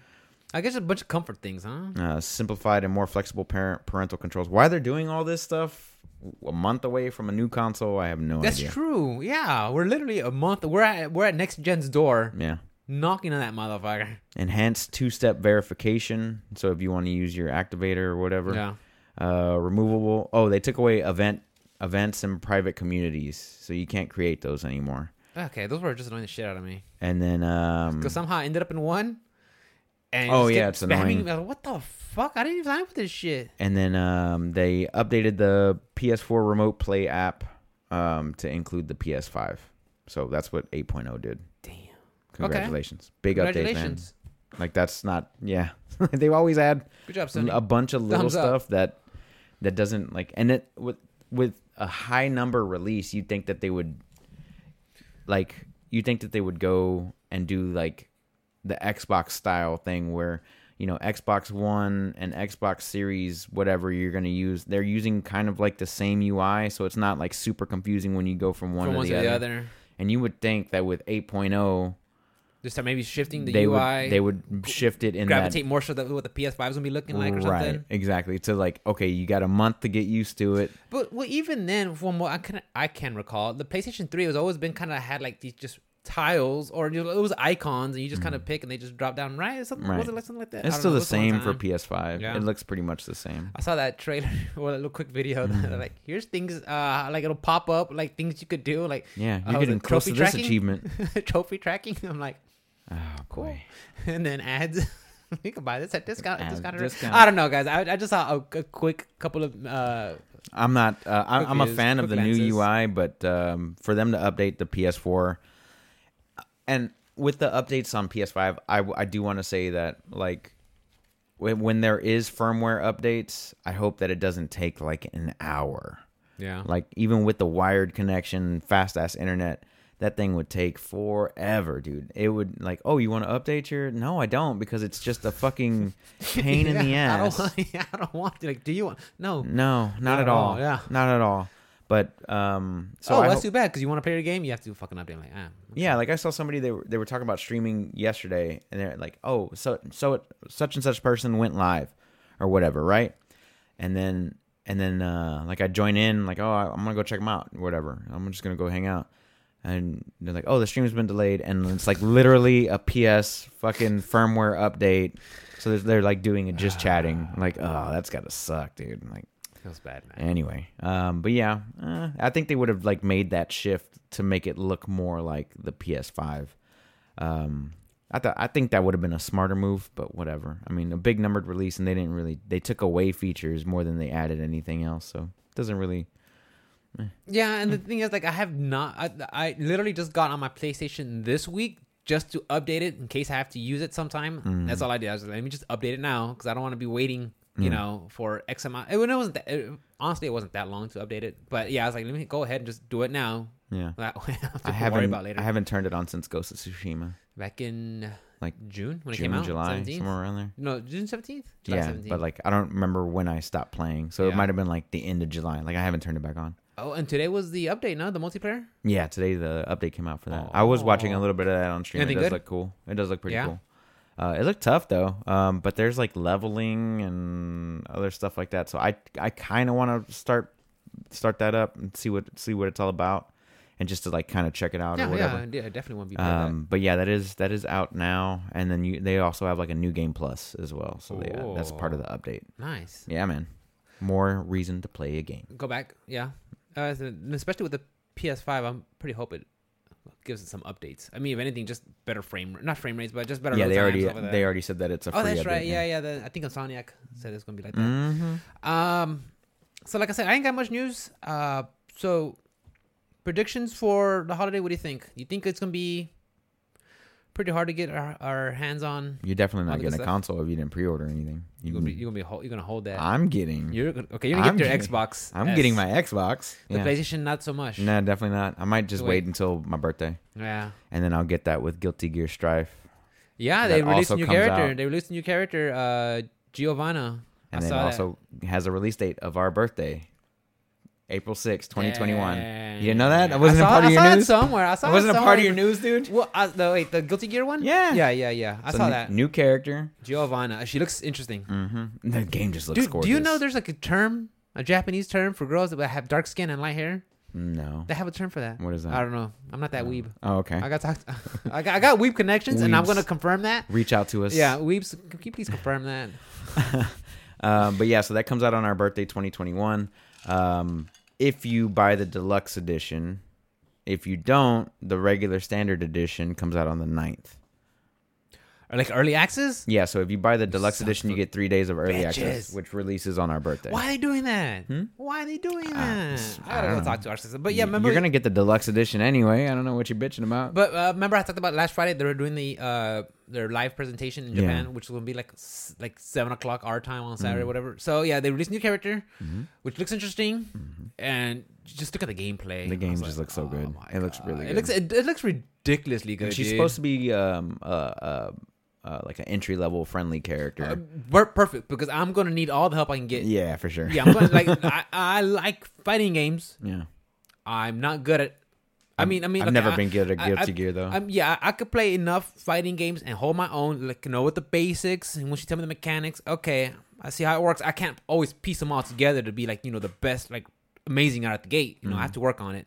I guess a bunch of comfort things, huh?
Uh, simplified and more flexible parent parental controls. Why they're doing all this stuff a month away from a new console, I have no
That's
idea.
true. Yeah, we're literally a month. We're at we're at next gen's door,
Yeah.
knocking on that motherfucker.
Enhanced two-step verification. So if you want to use your activator or whatever.
Yeah.
uh, removable. Oh, they took away event events and private communities, so you can't create those anymore.
Okay, those were just annoying the shit out of me.
And then um,
because somehow I ended up in one. And
Oh,
just
yeah,
kept
it's
spamming
annoying.
me. I was like, what the fuck? I didn't even sign up for this shit.
and then um, they updated the PS4 Remote Play app um, to include the PS5. So that's what 8.0 did.
Damn.
Congratulations. Big
Congratulations.
update, man. Like that's not yeah. They've always had
Good job, Sony.
a bunch of little
Thumbs up.
stuff that that doesn't like and it with with a high number release, you'd think that they would like you think that they would go and do like the Xbox style thing where you know Xbox One and Xbox Series whatever you're going to use they're using kind of like the same UI so it's not like super confusing when you go from one,
From
to,
one
the
to the
other.
other.
and you would think that with 8.0
Just start maybe shifting the
they
UI.
would they would shift it in that
gravitate more so that what the PS5 is gonna be looking like or
right
something.
exactly to like okay you got a month to get used to it
But well, even then, from what I can I can recall, the PlayStation 3 has always been kind of had like these just tiles or you know, it was icons, and you just kind of pick and they just drop down. Right? Something
Hmm. Right.
was it like something like that?
it's
I don't
still
know. It
the
was a long
same for
time.
ps5
Yeah. Uh,
it looks pretty much the same
I saw that trailer or a little quick video. That,
Mm-hmm.
like, here's things uh, like it'll pop up like things you could do like
yeah
Oh,
you're
the
getting close to
trophy
this
tracking?
achievement
trophy tracking. I'm like,
oh
Cool.
boy
and then ads. you can buy this at discount.
Ads,
discount,
discount.
I don't know, guys. I, I just saw a, a quick couple of uh,
i'm not uh, I, i'm a
Cookies,
fan of the
quick lenses.
new ui but um, for them to update the ps4 and with the updates on ps5 i, w- I do want to say that like when, when there is firmware updates i hope that it doesn't take like an hour
yeah
Like even with the wired connection, fast ass internet, that thing would take forever, dude. It would like, oh, you want to update your? No, I don't because it's just a fucking pain in the
Yeah, I
ass. Mm.
don't, want- I don't want to. Like, do you want? No. Oh,
No, not, at all.
yeah.
not at all. But um, so
oh,
I
that's
hope-
too bad because you want to play your game, you have to fucking update. Like, ah,
yeah, like I saw somebody they were they were talking about streaming yesterday, and they're like, oh, so so it, such and such person went live, or whatever, right? And then and then uh, like I join in, like oh, I- I'm gonna go check them out, whatever. I'm just gonna go hang out, and they're like, oh, the stream's been delayed, and it's like literally a PS fucking firmware update. So they're, they're like doing it just chatting, I'm like oh, that's gotta suck, dude. I'm like
feels bad, man.
anyway um but yeah uh, i think they would have like made that shift to make it look more like the ps5 um i thought i think that would have been a smarter move but whatever i mean a big numbered release and they didn't really they took away features more than they added anything else so it doesn't really
Yeah, and the
Mm.
thing is, like, I have not. I, I literally just got on my PlayStation this week just to update it in case I have to use it sometime.
Mm.
That's all I did. I was like, let me just update it now because I don't want to be waiting,
Mm.
you know, for X amount. It, it wasn't that, it, honestly, it wasn't that long to update it. But yeah, I was like, let me go ahead and just do it now.
yeah
That way, I have to
i
worry
haven't
about later.
i haven't turned it on since ghost of tsushima
Back in
Like,
June when it
june
came out,
july
17th?
somewhere around there
No, June seventeenth.
yeah, but like I don't remember when I stopped playing, so
Yeah.
it might have been like the end of July. Like I haven't turned it back on.
oh, and today was the update, no? The multiplayer.
Yeah, today the update came out for that. I was watching a little bit of that on stream.
Oh. Anything
it does
good?
look cool. It does look pretty
Yeah?
cool. Uh, it looked tough though, um, but there's like leveling and other stuff like that. So I I kind of want to start start that up and see what see what it's all about, and just to like kind of check it out
Yeah,
or
yeah,
whatever.
yeah, definitely want to be playing that.
Um, but yeah, that is that is out now, and then you, they also have like a new game plus as well. So they, uh, that's part of the update.
Nice.
Yeah, man, more reason to play a game.
Go back. Yeah. Uh, so- especially with the PS5, I'm pretty hope it gives it some updates. I mean, if anything, just better frame, not frame rates, but just better.
Yeah,
load
they
times,
already
stuff like that.
they already said that it's a free
Oh, that's
update,
right. Yeah, yeah. the- I think Insomniac said it's gonna be like that.
Mm-hmm.
Um, so like I said, I ain't got much news. Uh, so predictions for the holiday. What do you think? You think it's gonna be pretty hard to get our, our hands on?
You're definitely
All
not
the good
getting a
stuff.
console if you didn't pre-order anything. You
You're gonna be
can-
you're gonna be hol- you're gonna hold that.
Mm. I'm getting.
you're gonna, okay. You're gonna
I'm
get your
getting-
Xbox.
I'm
S.
getting my Xbox.
the
Yeah.
PlayStation. Not so much.
No, definitely not. I might just
Wait.
wait. until my birthday,
Yeah.
and then I'll get that with Guilty Gear Strife.
Yeah,
that
they released a
also
new
comes
character.
out.
They released a new character, uh, Giovanna.
And
I
then
saw
also has a release date of our birthday, April sixth,
that.
2021.
Dang.
You didn't know that? That wasn't
I
a
saw,
part of
I
your
saw that
news?
somewhere. I saw
That wasn't
it
a part of your
somewhere.
news, dude.
Well, I, the, wait, the Guilty Gear one?
Yeah.
yeah, yeah, yeah. I
So
saw
new-
that.
new character.
Giovanna. She looks interesting.
hmm The game just looks
Dude,
gorgeous.
do you know there's like a term, a Japanese term for girls that have dark skin and light hair?
No.
They have a term for that.
What is that?
I don't know. I'm not that weeb.
Oh, okay.
I got talked. I got I got weeb connections, and I'm
Weebs.
gonna confirm that.
Reach out to us.
Yeah, weebs. Can you please confirm that?
Um, but yeah, so that comes out on our birthday, 2021. Um, if you buy the deluxe edition, if you don't, the regular standard edition comes out on the 9th.
or like early access.
Yeah, so if you buy the deluxe
Son
edition, you
of
get three days of early access,
bitches.
which releases on our birthday.
Why are they doing that? Why are they doing that?
it's-
I gotta
I
go
don't
talk to our sister. But yeah, remember
You're gonna get the deluxe edition anyway. I don't know what you're bitching about.
But uh, remember, I talked about last Friday. They were doing the uh, their live presentation in
Yeah.
Japan, which is gonna be like s- like seven o'clock our time on
Mm-hmm.
Saturday, whatever. So yeah, they released a new character, which looks interesting, and just look at the
Mm-hmm.
gameplay.
The
I
game
was
just
like,
looks so good.
"Oh my
It looks really
It looks it, it looks ridiculously good.
She's
dude.
supposed to be um uh, uh, uh like an entry level friendly character.
Uh, per- perfect because I'm gonna need all the help I can get. Yeah,
yeah, for sure.
I'm gonna like I, I like fighting games.
yeah.
I'm not good at. I mean, I mean,
I've
okay,
never
I-
been good at
I-
Guilty
I-
Gear though.
Um, yeah, I I could play enough fighting games and hold my own, like know what the basics. And once you tell me the mechanics, okay, I see how it works. I can't always piece them all together to be like you know the best, like amazing out at the gate. You know, I have to work on it.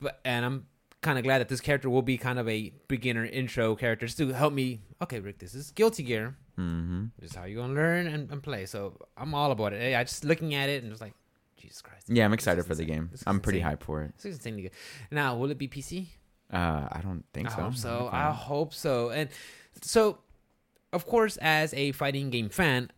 But and I'm kind of glad that this character will be kind of a beginner intro character just to help me. Okay, Rick, this is Guilty Gear.
mm-hmm.
This is how you're gonna learn and, and play. So I'm all about it. I just looking at it and just like, Jesus Christ.
Yeah, I'm
This
excited
is
for the
insane.
game.
This is
I'm pretty
insane.
hyped for it.
This is insanely good. Now, will it be PC?
Uh, I don't think
I
so.
hope so.
Okay.
I hope so. And so, of course, as a fighting game fan,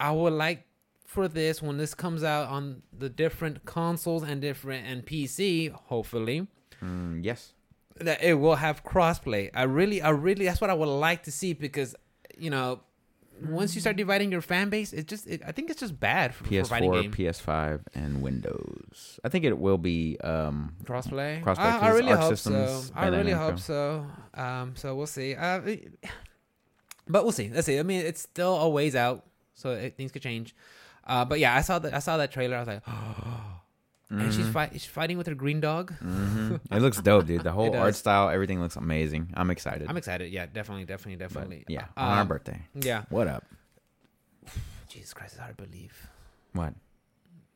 I would like for this when this comes out on the different consoles and different and PC, hopefully,
Mm, yes.
that it will have crossplay. I really, I really, that's what I would like to see because you know, once you start dividing your fan base, it just, it, I think it's just bad for, for fighting
PS4,
game.
PS5, and Windows. I think it will be. Um,
crossplay.
Crossplay,
Ah, I, I
'cause
really
Arc
hope
Systems
so. I
by
really
Namco.
hope so. Um, so we'll see. Uh, it- but we'll see. Let's see. I mean, it's still a ways out, so it, things could change. Uh, but yeah, I saw that. I saw that trailer. I was like, and
Mm-hmm.
she's, fight, she's fighting with her green dog.
mhm. it looks dope, dude. The whole art
does.
style, everything looks amazing. I'm excited.
I'm excited. Yeah, definitely, definitely,
But,
definitely.
yeah,
Uh,
on our birthday.
Yeah.
What up?
Jesus Christ, it's hard to believe.
What?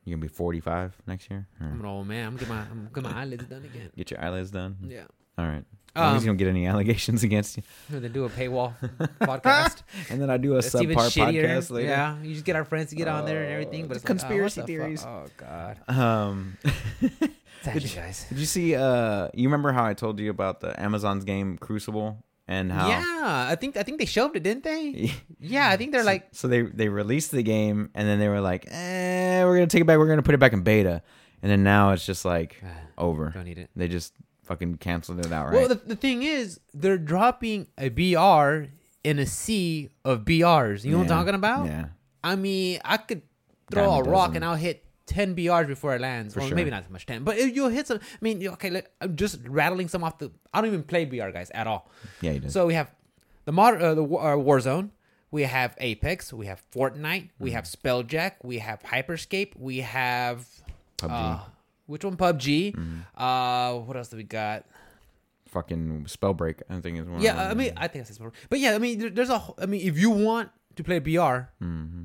You gonna be 45 next year? Or
I'm an old man. I'm gonna get my, I'm gonna get my eyelids done again.
Get your eyelids done.
Yeah.
All right. As long as
Um,
you don't get any allegations against you,
No, They do a paywall podcast.
and then I do a
That's even
subpar
shittier.
podcast later.
Yeah, you just get our friends to get on there and everything.
Oh, the
But it's like, oh, what
conspiracy
the fuck?
theories.
Oh god.
Um,
Thank you guys.
did you see? Uh, you remember how I told you about the Amazon's game Crucible and how?
Yeah, I think I think they shelved it, didn't they?
Yeah.
Yeah, I think they're like
so they they released the game and then they were like, eh, we're gonna take it back. We're gonna put it back in beta, and then now it's just like over.
Uh, don't need it.
They just fucking canceled it out.
Well, the, the thing is, they're dropping a BR in a sea of BRs. You know what I'm talking about?
Yeah.
I mean, I could throw
Dime a
a rock
dozen.
and I'll hit 10 BRs before it lands. or
sure.
maybe not so much 10, but it- you'll hit some. I mean, you- okay, look, I'm just rattling some off the. I don't even play BR, guys, at all.
Yeah, you did.
So we have the mod, uh, the Wa- uh, Warzone. We have Apex. We have Fortnite.
Mm-hmm.
We have Spelljack. We have Hyperscape. We have
PUBG.
uh, which one? PUBG.
Mm-hmm.
Uh, what else do we got?
fucking Spellbreak, I think is one.
Yeah, I mean, I think that's it. But yeah, I mean, there, there's a. wh- I mean, if you want to play BR,
Mm-hmm.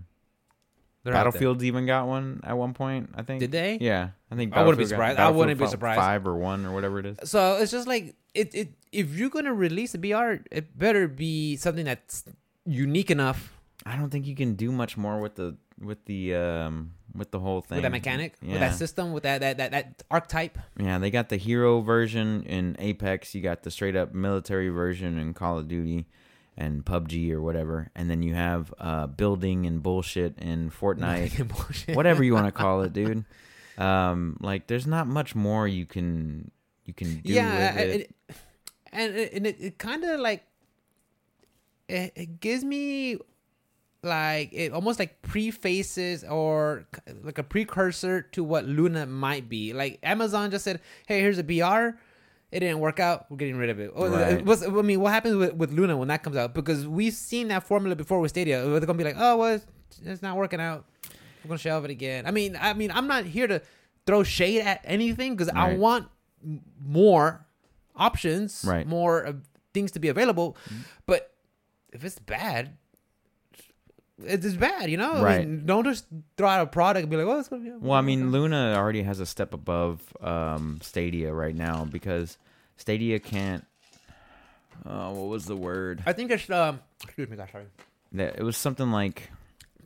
they're out there.
Battlefield's even got one at one point. I think.
Did they?
Yeah, I think.
I
Battlefield
wouldn't be
got-
surprised. I wouldn't be
Battlefield
surprised.
Five or one or whatever it is.
So it's just like it, it. If you're gonna release a BR, it better be something that's unique enough
I don't think you can do much more with the with the um with the whole thing
with that mechanic,
Yeah,
with that system, with that that that, that archetype.
yeah. They got the hero version in Apex. You got the straight up military version in Call of Duty. And PUBG or whatever, and then you have uh, building and bullshit in Fortnite.
Bullshit.
whatever you want to call it, dude. Um, like there's not much more you can you can do
yeah,
with it.
and- and and it, and it, it kind of like it, it gives me like it almost like prefaces or c- like a precursor to what Luna might be. Like Amazon just said, "Hey, here's a BR." It didn't work out. We're getting rid of it. Oh,
Right.
it was- I mean, what happens with, with Luna when that comes out? Because we've seen that formula before with Stadia. They're gonna be like, "Oh, well, it's- it's not working out. We're gonna shelve it again." I mean, I mean, I'm not here to throw shade at anything because I
Right.
want m- more options,
Right.
more uh, things to be available. But if it's bad, it's it's bad, you know? I
Right.
mean, don't just throw out a product and be like, well, it's going to be.
Well, I mean, Luna already has a step above um, Stadia right now because Stadia can't. Uh, what was the word?
I think it's, um, excuse me, guys, sorry.
That- It was something like,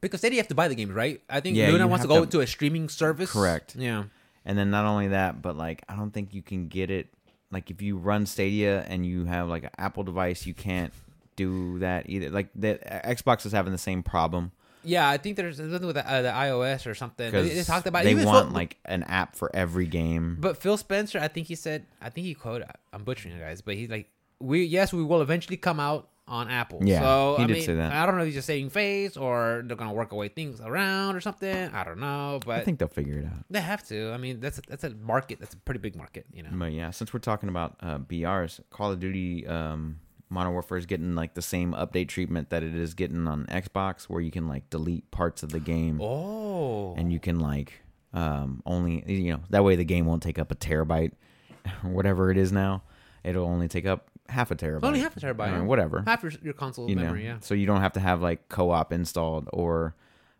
Because Stadia, you have to buy the games, right? I think
Yeah,
Luna
you
wants to
have
go
to-
to a streaming service.
Correct.
Yeah.
and then not only that, but like I don't think you can get it. Like if you run Stadia and you have like an Apple device, you can't do that either. Like the uh, Xbox is having the same problem
Yeah, I think there's something with the, uh, the iOS or something. They,
because
they talked about it.
they
Even
want
Phil-
like an app for every game.
But Phil Spencer, I think he said, I think he quoted. I'm butchering it, guys, but he's like, "We yes, we will eventually come out on Apple."
Yeah,
so,
he
I
did
mean,
say that.
I don't know if he's just saving face or they're gonna work away things around or something. I don't know,
I
but
think they'll figure it out.
they have to. I mean, that's a, that's a market. That's a pretty big market, you know.
But yeah, since we're talking about uh, BRs, Call of Duty um, Modern Warfare is getting like the same update treatment that it is getting on Xbox, where you can like delete parts of the game
Oh,
and you can like um, only you know that way the game won't take up a terabyte, whatever it is now. It'll only take up half a terabyte.
only half a terabyte.
Uh, whatever.
half your, your console
you
memory.
know,
Yeah.
so you don't have to have like co-op installed or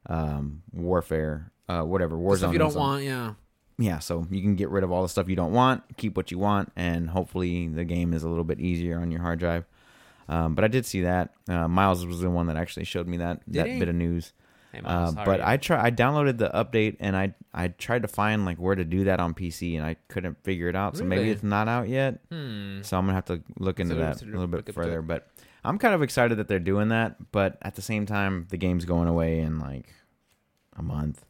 um, Warfare, uh, whatever Warzone.
Stuff you don't
installed
want, yeah.
yeah, so you can get rid of all the stuff you don't want, keep what you want, and hopefully the game is a little bit easier on your hard drive. Um, but I did see that uh, Miles was the one that actually showed me that that
he?
bit of news.
Hey, man,
Uh,
sorry.
but I try I downloaded the update and I I tried to find like where to do that on PC and I couldn't figure it out. So maybe
Really?
it's not out yet.
hmm.
So I'm gonna have to look into
we'll
that
have
a
to
little
look
bit
up
further. But I'm kind of excited that they're doing that. But at the same time, the game's going away in like a month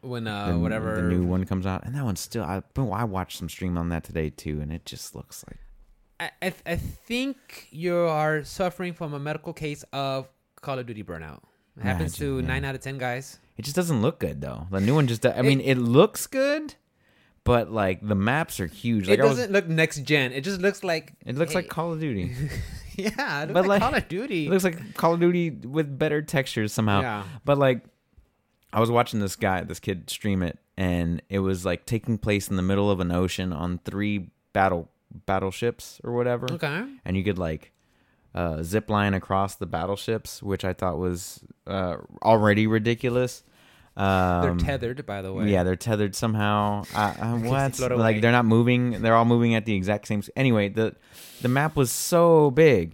when uh,
the-
whatever
the new one comes out, and that one's still. I, boom, I watched some stream on that today too, and it just looks like
I, I, I think you are suffering from a medical case of Call of Duty burnout. It happens
Imagine,
to
yeah.
nine out of ten guys.
it just doesn't look good though. The new one just. do- I mean, it looks good, but like the maps are huge. Like
it
I was,
doesn't look next gen. It just looks like
it looks like
hey,
Call of Duty.
yeah, it looks
but
like,
like-
Call of Duty.
it looks like Call of Duty with better textures somehow.
Yeah.
But like, I was watching this guy, this kid stream it, and it was like taking place in the middle of an ocean on three battle battleships or whatever.
okay.
and you could like uh, zip line across the battleships, which I thought was uh, already ridiculous.
They're
Um,
tethered, by the way.
Yeah, they're tethered somehow. I, I, what?
float away.
Like they're not moving. They're all moving at the exact same. s- Anyway, the the map was so big,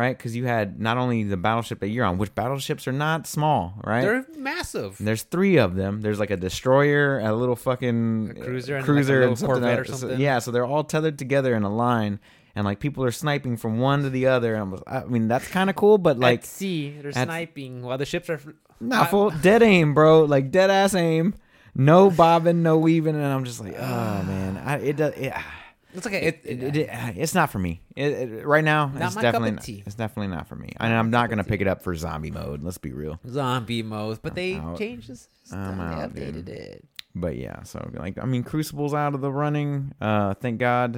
right? Because you had not only the battleship that you're on, which battleships are not small, right?
they're massive.
There's three of them. There's like a destroyer, a little fucking
A cruiser and, like, a
cruiser,
little
and something
Corvette or
else. So-
something.
yeah, so they're all tethered together in a line, and like people are sniping from one to the other. And I mean, that's kind of cool, but
Like
like,
at sea, they're
at-
sniping while the ships are. fl-
nah, full dead aim, bro. Like dead ass aim, no bobbing, no weaving, and I'm just like, oh man, I, it does. It, ah,
It's okay. It,
it, it, ah, it's not for me. It, it, right now,
Not
it's
my cup of
definitely not,
tea.
it's definitely not for me. And I'm not gonna pick it up for zombie mode. Let's be real.
zombie mode, but they
out.
changed this.
I'm
they
out,
updated
dude.
it.
but yeah so like i mean crucible's out of the running uh thank god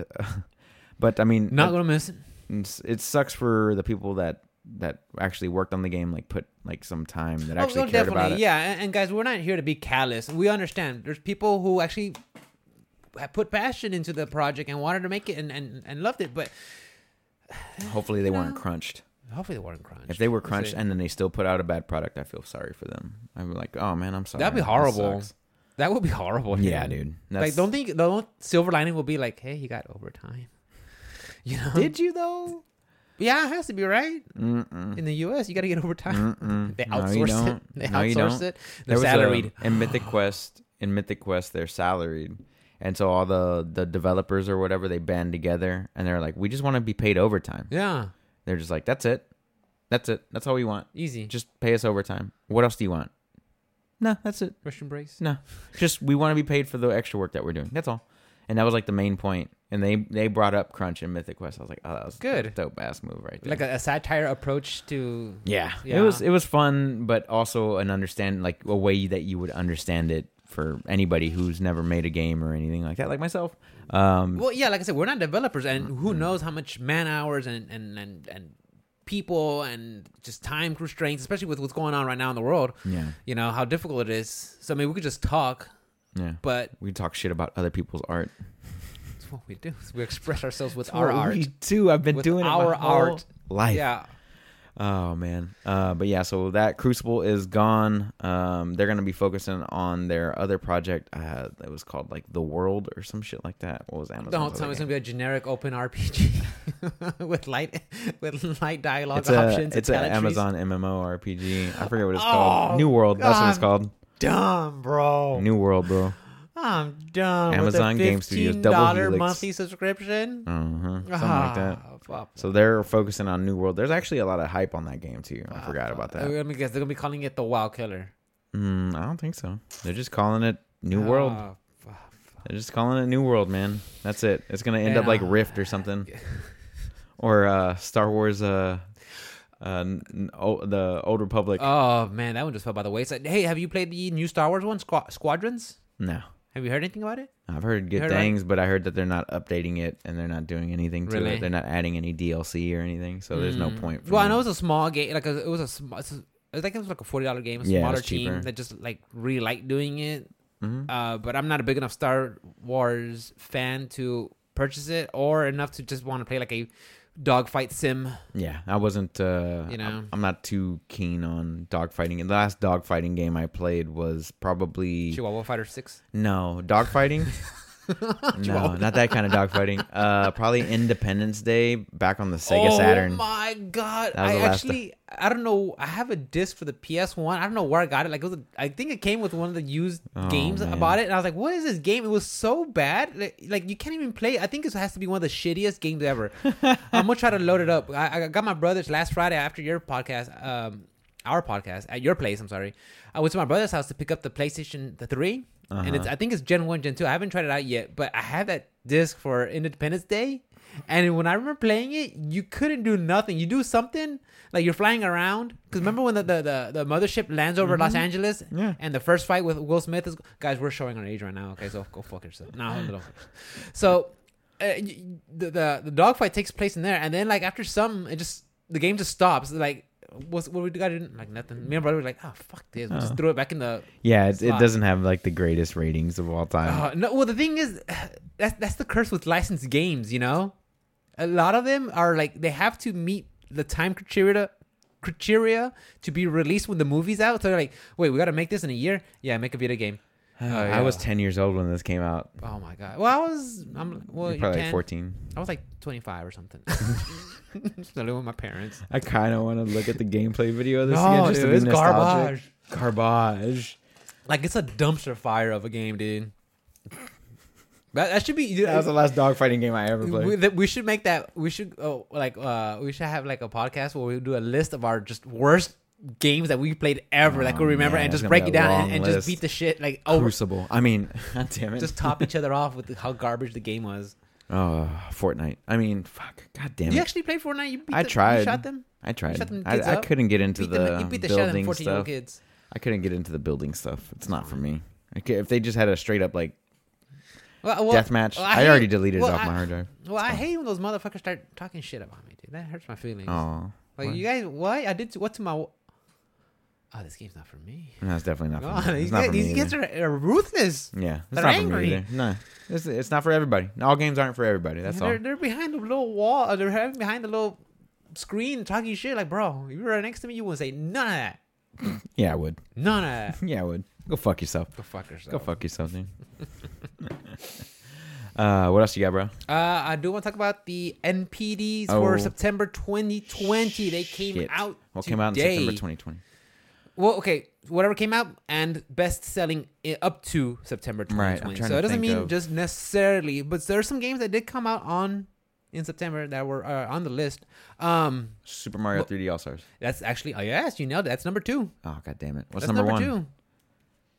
but i mean
Not gonna miss it.
it, it sucks for the people that that actually worked on the game like put like some time that actually
no,
cared about it
Oh, Yeah, and, and guys, we're not here to be callous. We understand. There's people who actually ha- put passion into the project and wanted to make it and, and, and loved it, but
hopefully they weren't crunched
hopefully they weren't crunched.
if they were
We'll
crunched
see.
and then they still put out a bad product i feel sorry for them i'm like oh man i'm sorry
that'd be
This
horrible.
sucks."
That would be horrible.
yeah dude That's-
Like, don't think don't silver lining will be like, hey, you got overtime. You know?
did you though
yeah, it has to be right.
Mm-mm.
In the U.S., you got to get overtime.
Mm-mm.
They
Mm-hmm. No, you
outsource it.
don't.
They
No, you
outsource
don't.
it.
There
They're
was um, a-
salaried.
in Mythic Quest. In Mythic Quest, they're salaried, and so all the the developers or whatever they band together and they're like, "We just want to be paid overtime."
yeah,
They're just like, "That's it, that's it, that's all we want.
easy.
Just pay us overtime. What else do you want?" No, that's it.
Russian breaks.
No, just we want to be paid for the extra work that we're doing. That's all. And that was like the main point. And they they brought up crunch in Mythic Quest. I was like, "Oh, that was
Good.
a dope ass move right there."
Like a, a satire approach to
Yeah.
Yeah.
It was it was fun, but also an understand like a way that you would understand it for anybody who's never made a game or anything like that, like myself. Um
Well, yeah, like I said, we're not developers, and
Mm-hmm.
who knows how much man hours and and and and people and just time constraints, especially with what's going on right now in the world.
Yeah.
You know how difficult it is. So I mean, we could just talk,
Yeah.
but
We talk shit about other people's art.
it's what we do. We express ourselves with our
Well,
art.
We too. I've been
With
doing it my
our
whole
art.
life.
Yeah,
Oh man. Uh, but yeah, so that Crucible is gone. Um, they're gonna be focusing on their other project. Uh, that was called like The World or some shit like that. What was Amazon?
the whole time it's gonna be a generic open RPG with light with light dialogue
It's a
options.
it's an
Italian trees.
Amazon MMORPG. I forget what it's
Oh,
called. New World. That's what it's
God. Oh.
called.
Dumb, bro.
New World, bro.
I'm done.
Amazon
with a
Game Studios, Double
$15
Helix.
monthly subscription.
Uh huh. Something like that.
Ah, fuck.
So they're focusing on New World. There's actually a lot of hype on that game too. I forgot about that.
Uh, Let me guess. They're gonna be calling it the WoW Killer.
Mm, I don't think so. They're just calling it New World.
Ah, fuck.
They're just calling it New World, man. That's it. It's gonna end up
And,
like
uh,
Rift or something, or uh, Star Wars. Uh, uh, n- n- o- the Old Republic.
Oh man, that one just fell by the wayside. Hey, have you played the new Star Wars one, Squa- Squadrons?
no,
Have you heard anything about it?
I've heard good
Heard about it?
things, but I heard that they're not updating it and they're not doing anything to
Really? Hmm.
it. They're not adding any DLC or anything, so there's no point. For
Well, I
me.
know it's a small game. Like a, it was a small. It's a, I think it was like a forty dollar game, a
Yeah,
smaller
it's cheaper.
team that just like really liked doing it.
Mhm.
Uh, but I'm not a big enough Star Wars fan to purchase it, or enough to just want to play like a dogfight sim.
Yeah, I wasn't. Uh,
You know?
I'm not too keen on dogfighting. And The last dogfighting game I played was probably
Chihuahua Fighter Six.
no dogfighting. no, not that kind of dogfighting. Uh, probably Independence Day back on the Sega
oh
Saturn.
my god!
That was
I
the last-
actually, I don't know. I have a disc for the PS One. I don't know where I got it. Like it was, a, I think it came with one of the used
Oh,
games
man.
about it, and I was like, "What is this game? It was so bad. Like, like, you can't even play. I think it has to be one of the shittiest games ever." I'm gonna try to load it up. I, I got my brother's last Friday after your podcast, um, our podcast at your place. I'm sorry. I went to my brother's house to pick up the PlayStation the 3 and it's I think it's Gen One, Gen Two. I haven't tried it out yet, but I have that disc for Independence Day. And when I remember playing it, you couldn't do nothing. You do something like you're flying around. Because remember when the, the, the, the mothership lands over Los Angeles,
Yeah.
and the first fight with Will Smith is guys. We're showing our age right now. Okay, so go fuck yourself. No, hold on. so uh, y- the the the dogfight takes place in there, and then like after some, it just the game just stops. Like what's, what we got to do? Like nothing. Me and brother were like, oh fuck this. We just threw it back in the
Yeah, it, it
Slot.
doesn't have like the greatest ratings of all time.
uh, no, well, the thing is, that's that's the curse with licensed games. You know, a lot of them are like they have to meet the time criteria criteria to be released when the movie's out. So they're like, wait, we got to make this in a year. Yeah, make a video game. yeah.
I was 10 years old when this came out.
Oh my god. Well, I was I'm well,
You're
you
probably like
14.
14.
I was like 25 or something. Still living with my parents.
I kind of want to look at the gameplay video of this
No,
again just to
dude,
be
it's
nostalgic. Garbage.
Like it's a dumpster fire of a game, dude. That, that should be.
That was the last dogfighting game I ever
we,
played.
that we should make that we should oh, like uh we should have like a podcast where we do a list of our just worst games that we played ever like
Oh,
we remember
man,
and
that's
just
gonna be
break
a
it down
long
and, and just
list.
beat the shit like over
Crucible. Oh, I mean, God damn it.
just top each other off with how garbage the game was
Oh, Fortnite. I mean, fuck. God damn
you
it.
actually played fortnite you beat
I
the-
tried.
you shot them
I tried.
shut them kids
I, I
up?
couldn't get into
beat
the,
them you beat the shit out of
building
them 14 year old
stuff.
kids
I couldn't get into the building stuff. It's not for me. Okay, if they just had a straight up like
well, well,
deathmatch,
well,
I,
hate-
already deleted
well,
it off
I-
my hard drive.
well i hate when those motherfuckers start talking shit about me dude that hurts my feelings
Oh,
like you guys what i did to, what to my oh this game's not for me
that's definitely not for
God,
me.
these
It's not
guys,
for me
these kids
either.
are, are ruthless.
yeah, it's
they're
not
angry.
for me either. No, it's, it's not for everybody. All games aren't for everybody. That's all.
they're, they're behind a little wall. Or they're having behind a little screen talking shit. Like, bro, you were right next to me, you wouldn't say none of that.
Yeah, I would.
None of that.
Yeah, I would. Go fuck yourself.
Go fuck yourself.
Go fuck yourself, dude. uh, what else you got, bro?
Uh, I do want to talk about the NPDs
Oh.
for September 2020. They came
Shit.
out.
What came out in
today.
September 2020?
Well, okay, whatever came out and best selling i- up to September
Right, I'm
2020.
trying
so
to
it doesn't
think
mean
of-
just necessarily, but there are some games that did come out on in September that were uh, on the list. Um,
Super Mario 3D All Stars.
That's actually oh yes, you nailed it. That's number two.
Oh god damn it! What's
That's
number, one?
two.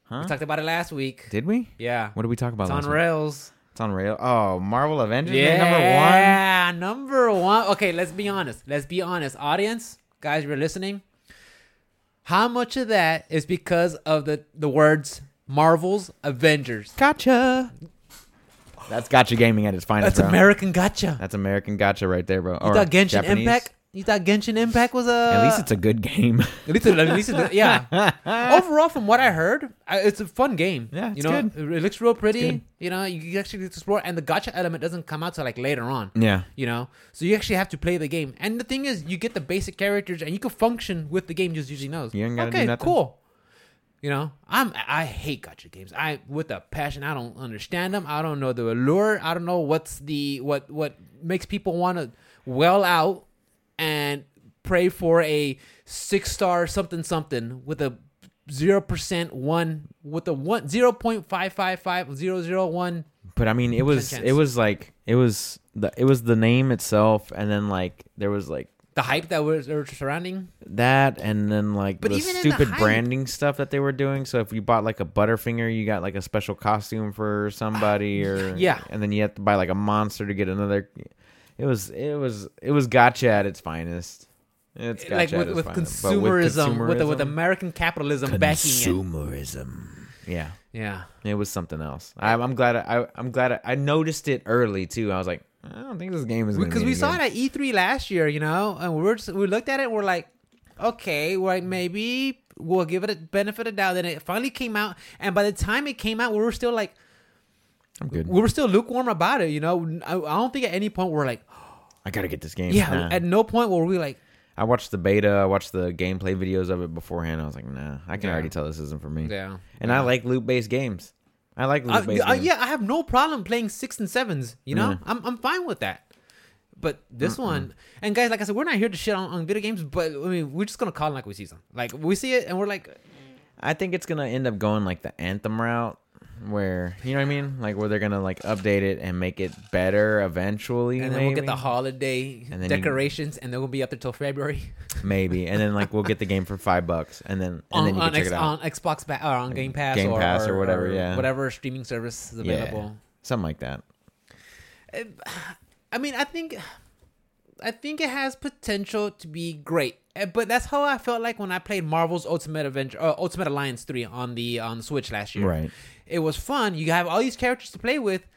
Huh?
We talked about it last week.
Did we?
Yeah,
What did we talk about?
it's on
last week?
rails.
It's on rail. Oh, Marvel Avengers made number one.
Yeah, number one. Okay, let's be honest. Let's be honest, audience, guys, you're listening. How much of that is because of the the words Marvel's Avengers?
Gotcha. That's gotcha gaming at its finest.
That's
bro.
American gotcha.
That's American gotcha right there, bro.
You
Or
thought Genshin
Japanese.
Impact? You thought Genshin Impact was a?
At least it's a good game.
At least, it- at least it- yeah. Overall, from what I heard, I- it's a fun game.
Yeah, it's
you know,
good.
it it looks real
good.
pretty. You know, you can actually explore, and the gotcha element doesn't come out till like later on.
yeah.
You know, so you actually have to play the game. And the thing is, you get the basic characters, and you can function with the game just using those.
You ain't gotta do
okay,
nothing.
cool. You know, I'm I hate gotcha games. I with a passion. I don't understand them. I don't know the allure. I don't know what's the what what makes people want to well out and pray for a six star something something with a zero percent one with a one zero point five five five zero zero one.
But I mean, it was
chance.
it was like it was the it was the name itself, and then like there was like
The hype that was uh, surrounding.
that, and then like
But
the
even in the
stupid
hype-
branding stuff that they were doing. So if you bought like a Butterfinger, you got like a special costume for somebody, or
Ah, Yeah.
and then you have to buy like a monster to get another. It was it was it was gotcha at its finest. It's gotcha
like
at
with,
its
with
finest.
consumerism,
But
with the, with
consumerism-
American capitalism backing it.
consumerism. Yeah.
Yeah,
It was something else. I, I'm glad. I, I'm glad. I, I noticed it early too. I was like, I don't think this game is gonna
because
be
we
any
saw it
good.
at E3 last year, you know, and we we're just, we looked at it, and we're like, okay, right, maybe we'll give it a benefit of doubt. Then it finally came out, and by the time it came out, we were still like,
I'm good.
we were still lukewarm about it, you know. I, I don't think at any point we're like,
I gotta get this game.
yeah.
Nah.
At no point were we like,
I watched the beta. I watched the gameplay videos of it beforehand. I was like, nah, I can
Yeah.
already tell this isn't for me.
yeah,
And I like loot based games. I like
I,
loot based.
I-
games.
yeah, I have no problem playing six and sevens. You know,
Yeah.
I'm I'm fine with that. But this one, and guys, like I said, we're not here to shit on, on video games. But I mean, we're just gonna call it like we see them. Like we see it, and we're like,
I think it's gonna end up going like the anthem route, where you know what I mean, like where they're gonna like update it and make it better eventually.
and then we'll get
maybe.
the holiday
And then you-
decorations, and then we'll be up there till February
maybe, and then like we'll get the game for five bucks, and then and
on
then you
on,
can check
X,
it out.
on Xbox ba- or on Game Pass,
Game
or,
Pass or whatever, yeah.
whatever streaming service is
Yeah.
available.
something like that.
I mean, I think, I think it has potential to be great. Eh, But that's how I felt like when I played Marvel's Ultimate Avenger, uh, Ultimate Alliance three on the on the Switch last year.
Right.
It was fun. You have all these characters to play with.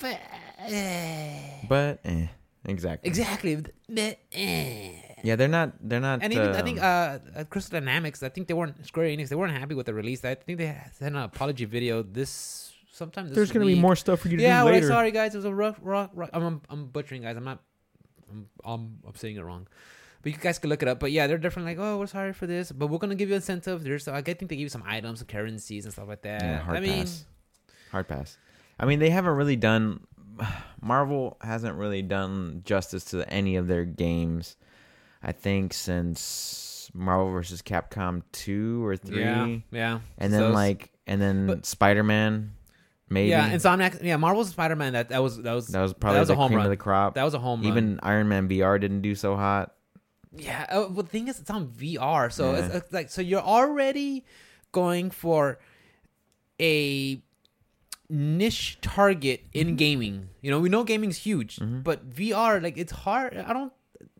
But, eh,
But eh, exactly.
exactly. But, eh.
Yeah, they're not. They're not.
And even I think
um,
uh, uh, Crystal Dynamics, I think they weren't Square Enix, they weren't happy with the release. I think they sent an apology video this sometime. This
there's gonna be
week.
more stuff for you to
Yeah,
do
well,
later.
sorry guys, it was a rough, rough, rough. I'm, I'm, I'm butchering, guys. I'm not. I'm, I'm, I'm saying it wrong, but you guys can look it up. But yeah, they're different. Like, oh, we're sorry for this, but we're gonna give you incentive. There's, I think they give you some items, some currencies, and stuff like that.
Yeah, hard
uh, I mean,
pass. Hard pass. I mean, they haven't really done. Marvel hasn't really done justice to any of their games. I think since Marvel vs. Capcom two or three,
yeah, yeah.
and then
So-
like, and then
but-
Spider Man, maybe.
yeah, Insomniac, yeah, Marvel's Spider Man. That that was that was
that was probably
was
the
a home
cream
run.
of the crop.
that was a home run.
Even Iron Man VR didn't do so hot.
Yeah. Uh, well, the thing is, it's on VR, so it's,
Yeah.
it's like so you're already going for a niche target in gaming. You know, we know gaming's huge, but VR, like, it's hard. I don't.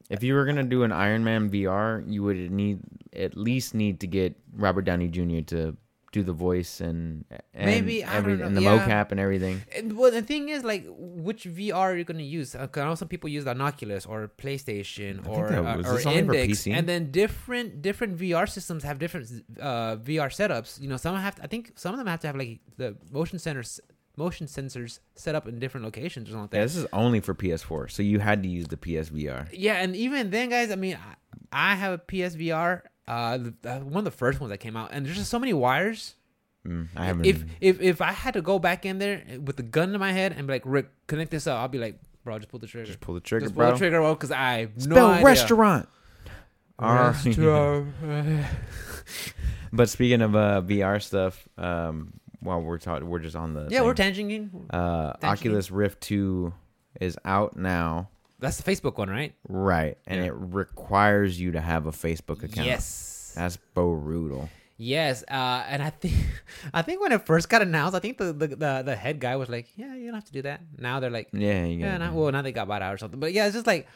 If you were gonna do an Iron Man VR, you would need at least need to get Robert Downey Jr. to do the voice and, and
Maybe, I don't
every-
know,
and the
yeah.
mocap and everything.
And, well, the thing is, like, which VR you're gonna use? Uh, 'cause I know some people use the Oculus or PlayStation or
that
uh,
was-
or
is this only for
Index,
PC?
and then different different VR systems have different uh, VR setups. You know, some have to, I think some of them have to have like the motion centers motion sensors set up in different locations or something. like that.
Yeah, this is only for PS4, so you had to use the PSVR.
Yeah, and even then, guys, I mean, I, I have a PSVR, uh, the- uh, one of the first ones that came out, and there's just so many wires.
Mm, I haven't.
If if if I had to go back in there with the gun to my head and be like, Rick, connect this up, I'll be like, bro, just pull the trigger.
pull the trigger,
Just pull
bro.
the trigger, bro, because I have no
Spell
idea.
restaurant. R-
Restaurant.
but speaking of uh, VR stuff, um, while we're talking, we're just on the
yeah, we're
thing.
tangling.
uh,
tangent.
Oculus Rift Two is out now.
That's the Facebook one, right?
Right, and
Yeah.
it requires you to have a Facebook account.
Yes.
that's brutal.
Yes, uh, and I think I think when it first got announced, I think the, the the the head guy was like, "Yeah, you don't have to do that." Now they're like,
Yeah, you
Yeah,
gotta-
not, well, now they got bought out or something. But yeah, it's just like,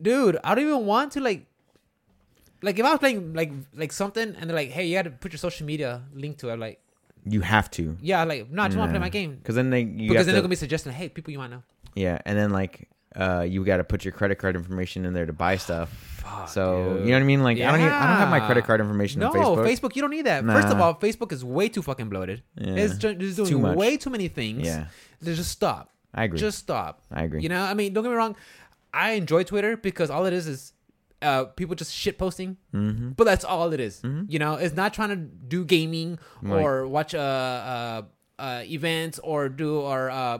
dude, I don't even want to like, like if I was playing like like something and they're like, hey, you got to put your social media link to it. I'm like,
you have to.
yeah, like no, I just want to play
Nah.
my game
Because then they you
because then
have
they're
to,
gonna be suggesting, hey, people you want to know.
yeah, and then like uh, you got to put your credit card information in there to buy stuff.
Fuck,
So
dude.
you know what I mean? Like I don't even, I don't have my
Yeah.
credit card information
No,
on Facebook.
Facebook, you don't need that. First of
Nah.
all, Facebook is way too fucking bloated.
Yeah.
It's, ju- it's doing
Too much.
way too many things.
Yeah,
They just stop.
I agree.
Just stop.
I agree.
You know, I mean, don't get me wrong. I enjoy Twitter because all it is is uh, people just shit posting. Mm-hmm. But that's all it is.
Mm-hmm.
You know, it's not trying to do gaming
Like-
or watch uh, uh, uh, events or do or uh,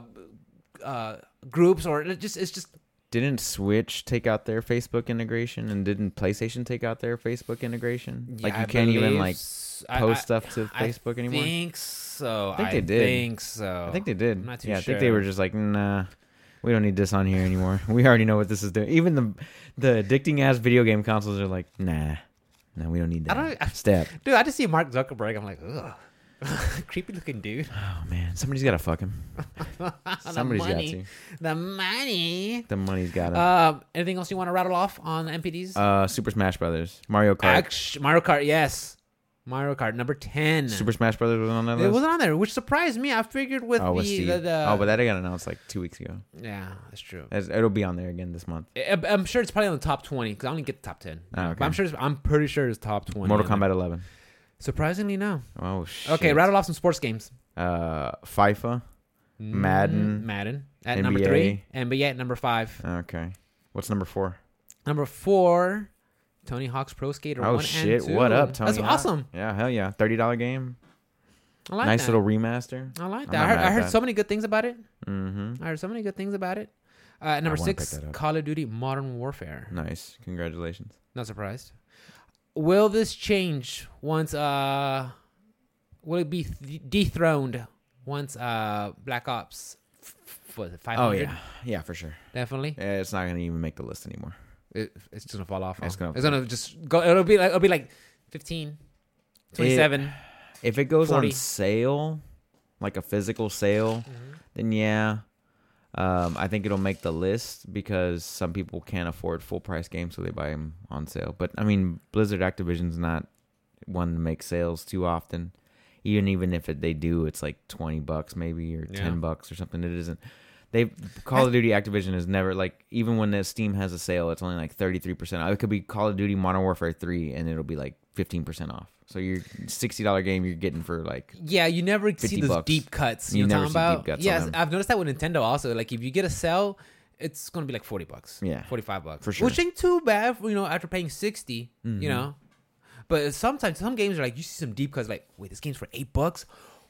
uh, groups or it just it's just
didn't Switch take out their Facebook integration, and didn't PlayStation take out their Facebook integration? like
Yeah,
you
I
can't even
believe
like
s- I-
post
I-
stuff to Facebook
I
anymore.
think so.
I think they did.
think so.
I think they did.
Oh, I'm not too
yeah, I think they were
sure.
just like, nah, we don't need this on here anymore. we already know what this is doing. Even the the addicting ass video game consoles are like, nah, no, we don't need
I
that.
don't-
Step.
Dude, I just see Mark Zuckerberg. I'm like, ugh. Creepy looking dude.
Oh man, somebody's got to fuck him. somebody's got
money.
to.
The money.
The money's got to.
Um, anything else you want to rattle off on MPDs?
Uh, Super Smash Brothers, Mario Kart.
Act- Mario Kart, yes. Mario Kart number ten.
Super Smash Brothers was on that
it
list.
was on there, which surprised me. I figured with
Oh, with
the,
Steve.
the, the
oh, but that got announced like two weeks ago.
yeah, that's true.
It's- It'll be on there again this month.
I, I'm sure it's probably on the top twenty because I only get the top ten.
Oh, okay.
But I'm sure. It's, I'm pretty sure it's top twenty.
Mortal
on there.
Kombat 11.
Surprisingly, no.
Oh shit.
Okay, rattle off some sports games.
Uh, FIFA. Madden.
Mm, Madden at number
NBA.
three, NBA at number five.
Okay. What's number four?
Number four, Tony Hawk's Pro Skater.
Oh
One
shit!
and two.
What up, Tony?
That's
Hawk?
awesome.
Yeah, hell yeah! Thirty dollar game.
I like
nice
that.
little remaster.
I like
I'm
that.
not
I heard,
mad
I
at
heard
that.
so many good things about it.
Mm-hmm.
I heard so many good things about it. Uh, at number
wanna
six,
pick that up.
Call of Duty Modern Warfare.
Nice. Congratulations.
Not surprised. Will this change once? Uh, will it be th- dethroned once? Uh, Black Ops. f- f- Was it 500?
Oh yeah, yeah for sure.
definitely.
Yeah, it's not gonna even make the list anymore.
It, it's just gonna fall off.
It's
huh?
gonna-
It's gonna just go. It'll be like it'll be like 15, 27.
If it goes
40.
on sale, like a physical sale,
Mm-hmm.
then yeah, um, I think it'll make the list because some people can't afford full price games, so they buy them on sale. But I mean, Blizzard Activision's not one to make sales too often. Even even if it, they do, it's like twenty bucks maybe or
Yeah.
ten bucks or something. It isn't. They Call of Duty Activision is never like even when the Steam has a sale, it's only like thirty three percent. off. It could be Call of Duty Modern Warfare three, and it'll be like fifteen percent off. So your sixty dollar game you're getting for like
Yeah, you never see
50
those
bucks.
deep cuts. You,
You
know
never
what I'm
see deep
talking about?
cuts on
yes,
them.
I've noticed that with Nintendo also. Like if you get a sell, it's gonna be like forty bucks.
Yeah.
forty five bucks
For sure. Mm-hmm.
Which ain't too bad, you know, after paying 60 You know, but sometimes some games are like you see some deep cuts. Like wait, this game's for eight bucks.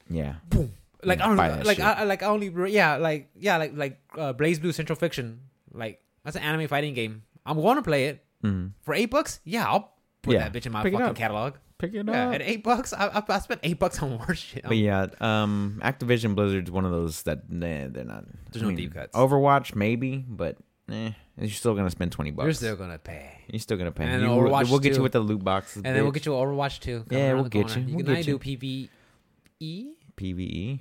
yeah
Boom. Like I don't
Buy that
like
shit.
I, I- like I only re- yeah like yeah like like uh, Blaze Blue Central Fiction. Like that's an anime fighting game. I'm gonna play it
Mm-hmm.
for eight bucks. Yeah, I'll put
Yeah.
that bitch in my
Pick it
fucking
up.
catalog.
pick it
Yeah, at eight bucks, I, I, I spent eight bucks on worse shit.
But yeah, um, Activision Blizzard's one of those that nah, they're not.
There's no deep cuts.
Overwatch maybe, but eh, you're still gonna spend twenty bucks.
You're still gonna pay.
You're still gonna pay.
And
You-
Overwatch
we'll get
too.
you with the loot boxes.
And then we'll get you Overwatch too. coming
Yeah,
around
we'll
the
get
corner.
you.
You
We'll
can
get
now do PVE.
PVE
E?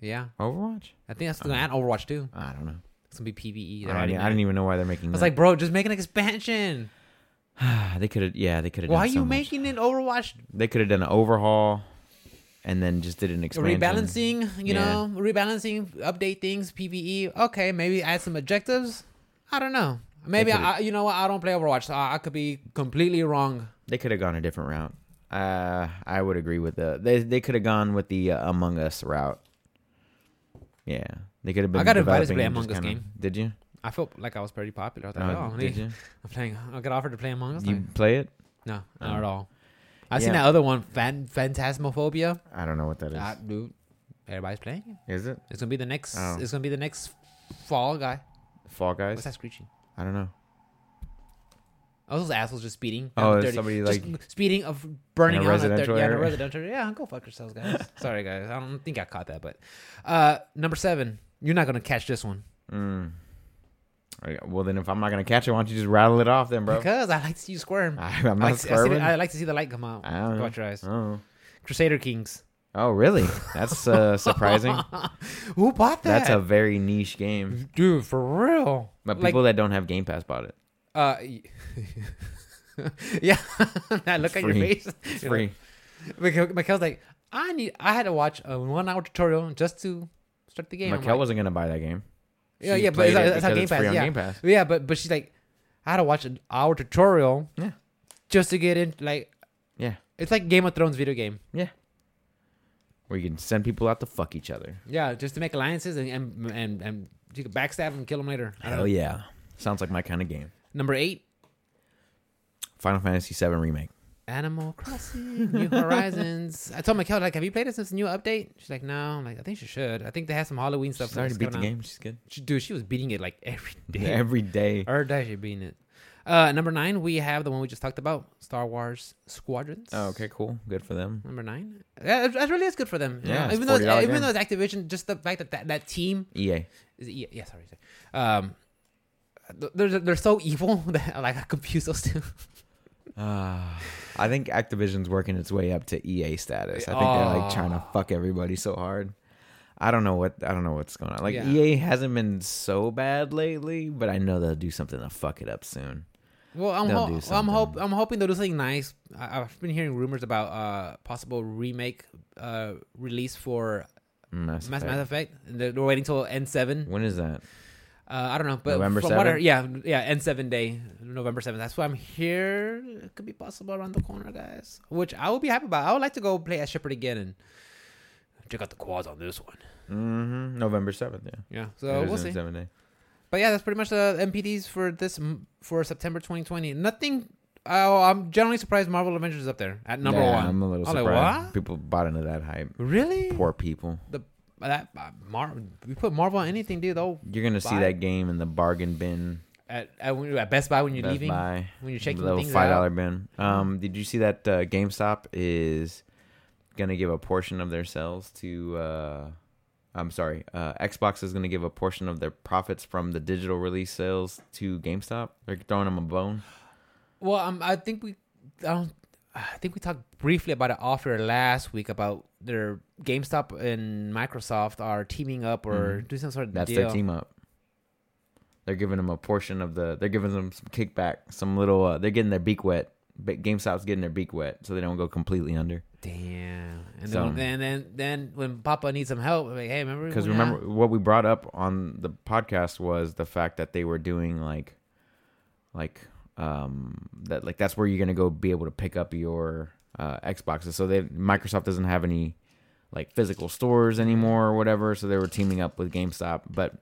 Yeah,
E? Overwatch.
I think that's gonna add Overwatch too.
I don't know.
It's gonna be PVE.
I, don't, e- I didn't even know why they're making.
I was
that.
like, bro, just make an expansion.
they could have. Yeah, they could have.
Why are
done so
you
much.
making an Overwatch
They could have done an overhaul, and then just did an expansion.
rebalancing? You
Yeah.
know, rebalancing, update things, PVE. Okay, maybe add some objectives. I don't know. Maybe
could've-
I, you know what? I don't play Overwatch, so I, I could be completely wrong.
They could have gone a different route. Uh, I would agree with the. They they could have gone with the uh, Among Us route. Yeah, they could have been.
I got invited to
developing
play
and
Among
just
Us
kinda-
game.
Did you?
I felt like I was pretty popular. I was like,
Uh,
oh, I'm,
did you?
I'm playing. I got offered to play Among Us.
You
like,
play it?
No,
Oh.
not at all. I seen
Yeah.
that other one, Fan Phantasmophobia.
I don't know what that is.
Ah, dude, everybody's playing. it.
is it
It's gonna be the next.
Oh.
It's gonna be the next fall guy.
Fall
What's
Guys?
that screeching?
I don't know.
Oh, those assholes just speeding.
Oh,
down
is
30.
somebody,
Just
like,
speeding of burning
in a
out on 30.
residential
Yeah, in a
area?
residential. area. Yeah, go fuck yourselves, guys. Sorry, guys. I don't think I caught that, but uh, number seven. You're not gonna catch this one
Mm. All right, Well, then if I'm not gonna catch it, why don't you just rattle it off then, bro?
because I like to see you squirm.
I, am
I
not
like, to see- I, see the-
swerving.
I like to see the light come out.
I don't
Go
know.
out your eyes.
Oh.
Crusader Kings.
Oh, really? That's uh, surprising.
Who bought that?
That's a very niche game.
dude for real.
But
Like,
people that don't have Game Pass bought it.
Uh, y- yeah. I look at your
free.
face.
It's
You're
free.
like- Mikhail- Mikhail's like, I need. I had to watch a one-hour tutorial just to start the game. I'm
Mikkel
like,
wasn't gonna buy that game.
yeah,
she
yeah, but
played
it's,
it
that's
because
how Game
it's free
Pass.
on
Yeah.
Game Pass.
yeah, but but she's like, I had to watch an hour tutorial
Yeah.
just to get in. Like,
Yeah.
it's like Game of Thrones video game.
Yeah. Where you can send people out to fuck each other.
Yeah, just to make alliances and and and, and you can backstab and kill them later. I don't know.
Hell yeah. Sounds like my kind of game.
Number eight.
Final Fantasy VII Remake.
Animal Crossing, New Horizons. I told Mikel, like, have you played it since the new update? She's like, no. I'm like, I think she should. I think they had some Halloween stuff.
She's already
that's
beat the
coming out.
game. She's good.
She, dude, she was beating it like every day.
Every day.
Or day she beating it. Uh, number nine, we have the one we just talked about, Star Wars Squadrons.
Oh, okay, cool. Good for them.
Number nine. That, that really is good for them. you
Yeah,
know?
it's
even though it's,
$40
uh, even
game.
though it's Activision, just the fact that that, that team
EA.
is it EA? yeah, sorry, sorry. Um, th- they're they're so evil that like I confuse those two.
Ah, I think Activision's working its way up to EA status. I think they're
Ah.
like trying to fuck everybody so hard. I don't know what I don't know what's going on. Like
Yeah.
EA hasn't been so bad lately, but I know they'll do something to fuck it up soon.
Well, I'm
They'll
ho-
do
well, I'm
something.
hope I'm hoping they'll do something nice. I- I've been hearing rumors about uh possible remake uh release for
Mass
Mass,
Effect.
Mass Effect. And they're they're waiting till N seven.
When is that?
Uh, I don't know, but
November
from what I-
7th?
yeah, yeah, N seven day, November seventh. That's why I'm here. It could be possible around the corner, guys. Which I would be happy about. I would like to go play as Shepard again and check out the quads on this one.
Mm-hmm. November seventh. Yeah.
Yeah, so
It is
we'll
in
see.
Seven day.
But yeah, that's pretty much the MPDs for this m- for September 2020. Nothing. Oh, I'm generally surprised Marvel Avengers is up there at number
Yeah,
one.
I'm a little
I'm like,
surprised
what?
people bought into that hype.
Really?
Poor people.
The that uh, Mar we put Marvel on anything, dude. Though
You're gonna see
Buy-
that game in the bargain bin.
at at, when you're at Best Buy when you're
Best
leaving,
Buy.
when you're checking
little
things
five dollar
out. Uh-huh.
bin. Um, did you see that uh, GameStop is gonna give a portion of their sales to? Uh, I'm sorry, uh, Xbox is gonna give a portion of their profits from the digital release sales to GameStop. They're throwing them a bone.
Well, um, I think we I don't. I think we talked briefly about it off air last week about their GameStop and Microsoft are teaming up or doing some sort of
Mm-hmm. That's
deal.
their team up. They're giving them a portion of the. They're giving them some kickback, some little. Uh, they're getting their beak wet. But GameStop's getting their beak wet, so they don't go completely under.
Damn. And
So-
then, then then then when Papa needs some help, like, hey, remember?
Because
when, uh,
remember what we brought up on the podcast was the fact that they were doing like, like, um, that like that's where you're gonna go be able to pick up your uh, Xboxes. So they Microsoft doesn't have any like physical stores anymore or whatever. So they were teaming up with GameStop, but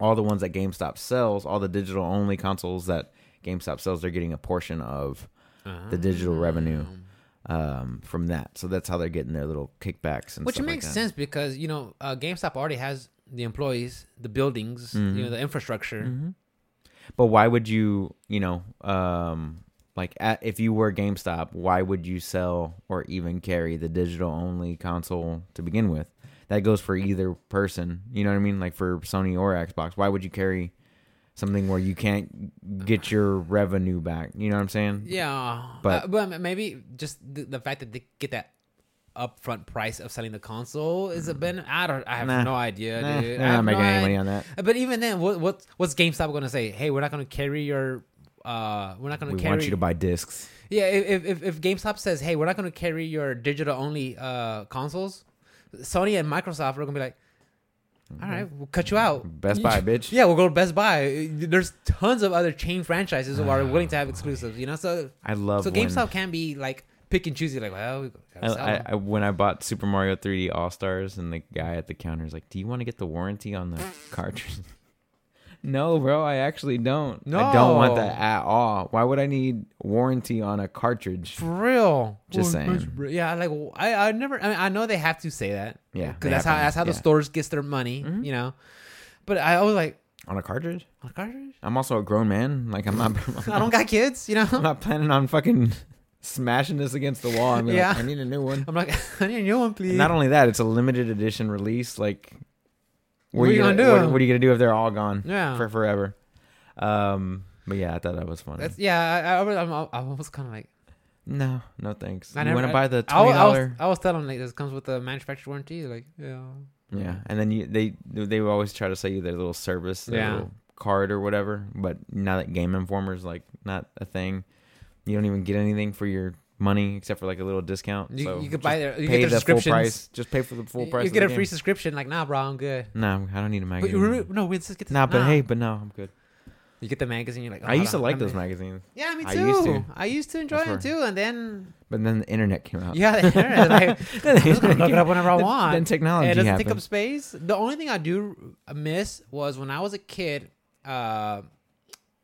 all the ones that GameStop sells, all the digital only consoles that GameStop sells, they're getting a portion of the
uh-huh.
digital revenue
Mm.
um, from that. So that's how they're getting their little kickbacks and
Which
stuff like
makes
that.
sense because you know uh, GameStop already has the employees, the buildings,
Mm-hmm.
you know, the infrastructure.
But why would you, you know, um, like at, if you were GameStop, why would you sell or even carry the digital only console to begin with? That goes for either person. You know what I mean? Like for Sony or Xbox, why would you carry something where you can't get your revenue back? You know what I'm saying?
Yeah,
But-
but, but maybe just the, the fact that they get that upfront price of selling the console is a ben. I don't. I have
Mm. Nah.
no idea,
Nah,
dude.
they're
I
Eh, not
have
making
no
any money
idea.
on that.
But even then, what what what's GameStop going to say? Hey, we're not going to carry your. Uh, we're not going
We
to carry.
want you to buy discs.
Yeah, if, if- if if GameStop says, "Hey, we're not going to carry your digital only uh, consoles," Sony and Microsoft are going to be like, "All right, we'll cut you out."
Mm-hmm. Best Buy, bitch.
Yeah, we'll go to Best Buy. There's tons of other chain franchises who are willing to have exclusives. You know, so
I love
so
when-
GameStop can be like pick and choosy. Like, well, we
I,
gotta sell
I,
them.
I, when I bought Super Mario 3D All Stars, and the guy at the counter is like, "Do you want to get the warranty on the cartridge?" no, bro, I actually don't. I don't want
No.
that at all. Why would I need warranty on a cartridge?
for real.
Just
Well,
saying.
br- Yeah, like I, I never. I, mean, I know they have to say that.
Yeah,
because
they
that's
have
how
to,
that's how the
yeah. Mm-hmm.
stores gets their money. You know, but I always like.
On a cartridge?
"Oh, gosh,
I'm also a grown man. Like I'm not.
I don't got kids, you know.
I'm not planning on fucking smashing this against the wall. I'm
Yeah.
like, I need a new one.
I'm like, I need a new one, please.
And not only that, it's a limited edition release. Like,
What are you gonna do?
What, what are you gonna do if they're all gone?
Yeah.
for forever. Um, but yeah, I thought that was funny.
That's yeah. I, I, was- I'm, I'm almost kind of like,
No, no thanks.
I
you
never-
want to buy the
I,
twenty
was- I, was,
dollar?
I was telling like this comes with the manufacturer warranty. Like, yeah,
Yeah, and then you, they they would always try to sell you their little service, their
Yeah.
little card or whatever. But now that Game Informer's like not a thing, you don't even get anything for your money except for like a little discount.
you,
so
you could
just
buy their, you
pay
get their
the full
subscriptions.
price. Just pay for the full
You-
price.
You get a
of the
free
game.
subscription. Like, nah, bro, I'm good.
No, I don't need a
But
magazine.
you re- no, we just get. The,
nah, but
nah.
hey, but no, I'm good.
you get the magazine. You're like, oh,
I used to
hold on,
like
I'm-
those magazines,
Yeah, me too.
I
I
used
used
to.
to, enjoy
That's
them too, and then
but then the internet came out.
yeah, the internet, like, I'm just gonna look it up whenever I
Then-
want.
Then technology
it doesn't
happened.
take up space. The only thing I do miss was when I was a kid, uh,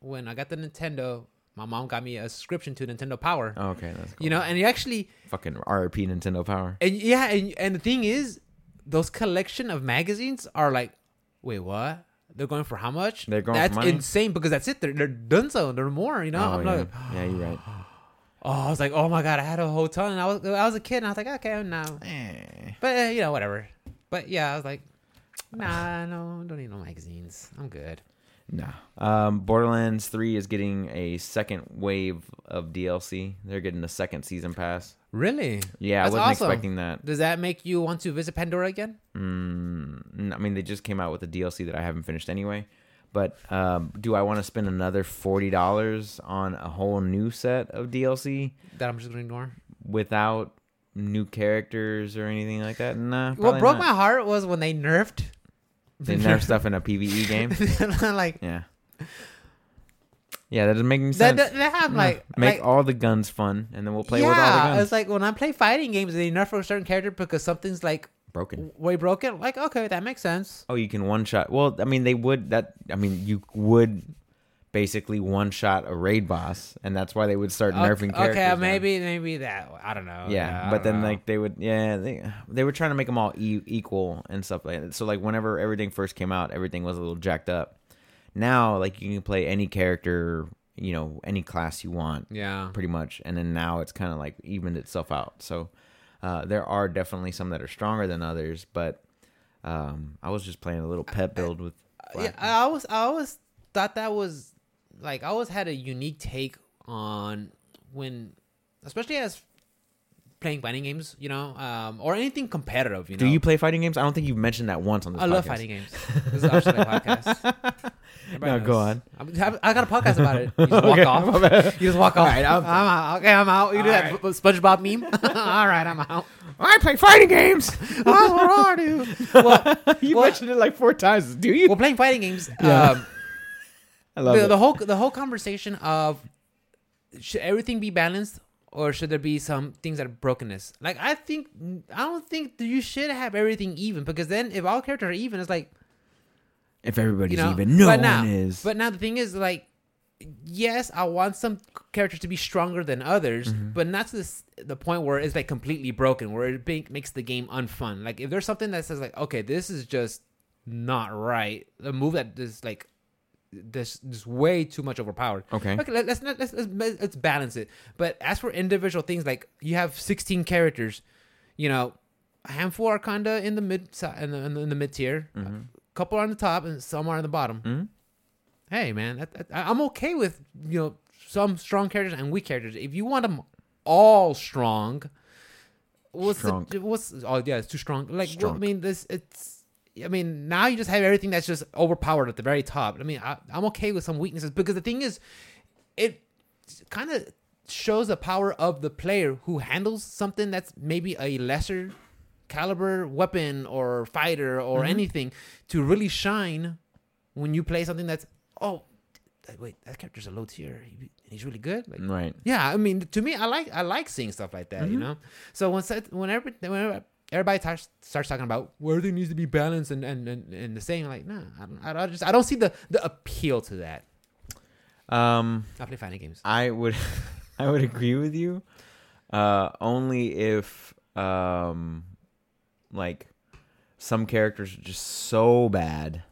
when I got the Nintendo, my mom got me a subscription to Nintendo Power.
Okay, that's Oh, cool.
You know, and you actually
fucking RP Nintendo Power.
and yeah, and and the thing is, those collection of magazines are like, wait, what? They're going for how much?
They're going for
That's
money?
insane because that's it. They're they're done so. They're more. You know,
oh,
I'm
yeah.
like,
yeah, you're right.
oh, I was like, oh my god, I had a whole ton. And I was I was a kid, and I was like, okay, no,
Eh.
but uh, you know, whatever. But yeah, I was like, nah, no, don't need no magazines. I'm good.
No. Um, Borderlands 3 is getting a second wave of DLC. They're getting a second season pass.
Really?
Yeah,
That's
I wasn't
awesome.
expecting that.
Does that make you want to visit Pandora again?
Mm, I mean, they just came out with a DLC that I haven't finished anyway. But um, do I want to spend another $40 on a whole new set of DLC
That I'm just gonna ignore.
without new characters or anything like that? Nah.
what broke
my
my heart was when they nerfed.
They nerf stuff in a PvE game.
like
Yeah. Yeah, that doesn't make any sense.
that, that, that I'm like
make
like,
all the guns fun, and then we'll play
yeah,
with all the guns.
it's like when I play fighting games, they nerf a certain character because something's like
Broken.
way broken. Like okay, that makes sense.
Oh, you can one shot. Well, I mean, they would that. I mean, you would basically one shot a raid boss, and that's why they would start nerfing
okay,
characters.
okay,
now.
maybe maybe that I don't know.
Yeah,
Oh, I
but
don't
then
know.
like they would, yeah, they they were trying to make them all e- equal and stuff like that. So like whenever everything first came out, everything was a little jacked up. Now like you can play any character, you know, any class you want,
yeah,
pretty much. And then now it's kind of like evened itself out. So uh, there are definitely some that are stronger than others, but um, I was just playing a little pet build with.
uh, yeah.
Black.
I always I always thought that was like I always had a unique take on when, especially as playing fighting games, you know, um, or anything competitive. You know,
Do you play fighting games? I don't think you've mentioned that once on this.
I love
podcast.
fighting games. This is our podcast. Everybody
No, go
knows.
on.
I'm, I got a podcast about it. You just walk
Okay, my
off. You just walk off.
All right,
I'm,
I'm-
out. Okay, I'm out. You do that b- SpongeBob meme. All right, I'm out.
I play fighting games.
That's what I do. Well,
you
Well-
mentioned it like four times. Do you?
well, playing fighting games.
Yeah.
Um,
I love
the,
it.
the whole the whole conversation of should everything be balanced or should there be some things that are brokenness? Like I think I don't think that you should have everything even because then if all characters are even, it's like
if everybody's
you know.
even, no one
but now,
is.
But now the thing is like. Yes, I want some characters to be stronger than others,
Mm-hmm.
but not to this, the point where it's like completely broken, where it be, makes the game unfun. Like if there's something that says like, okay, this is just not right, the move that is like, this is way too much overpowered.
okay.
Okay, let, us not let's, let's ba- let's balance it. But as for individual things, like you have 16 characters, you know, a handful are kinda in the mid si- in the, in the, in the mid tier,
Mm-hmm.
a couple are on the top, and some are on the bottom.
Mhm.
Hey man, that, that- I- I'm okay with you know some strong characters and weak characters. If you want them all strong, what's the-
Strong.
what's oh yeah, it's too strong. Like what- I
Strong.
mean, this it's. I mean, now you just have everything that's just overpowered at the very top. I mean, I, I'm okay with some weaknesses because the thing is, it kind of shows the power of the player who handles something that's maybe a lesser caliber weapon or fighter or anything to really shine when you play something that's oh th- wait that character's a low tier he, he's really good like
Right.
yeah i mean to me i like i like seeing stuff like that you know so once I- whenever whenever everybody starts starts talking about where everything needs to be balanced and and and, and the same like nah I don't, I don't- I just i don't see the the appeal to that
Um,
i play fighting games
I would, I would agree with you, uh, only if, um, like, some characters are just so bad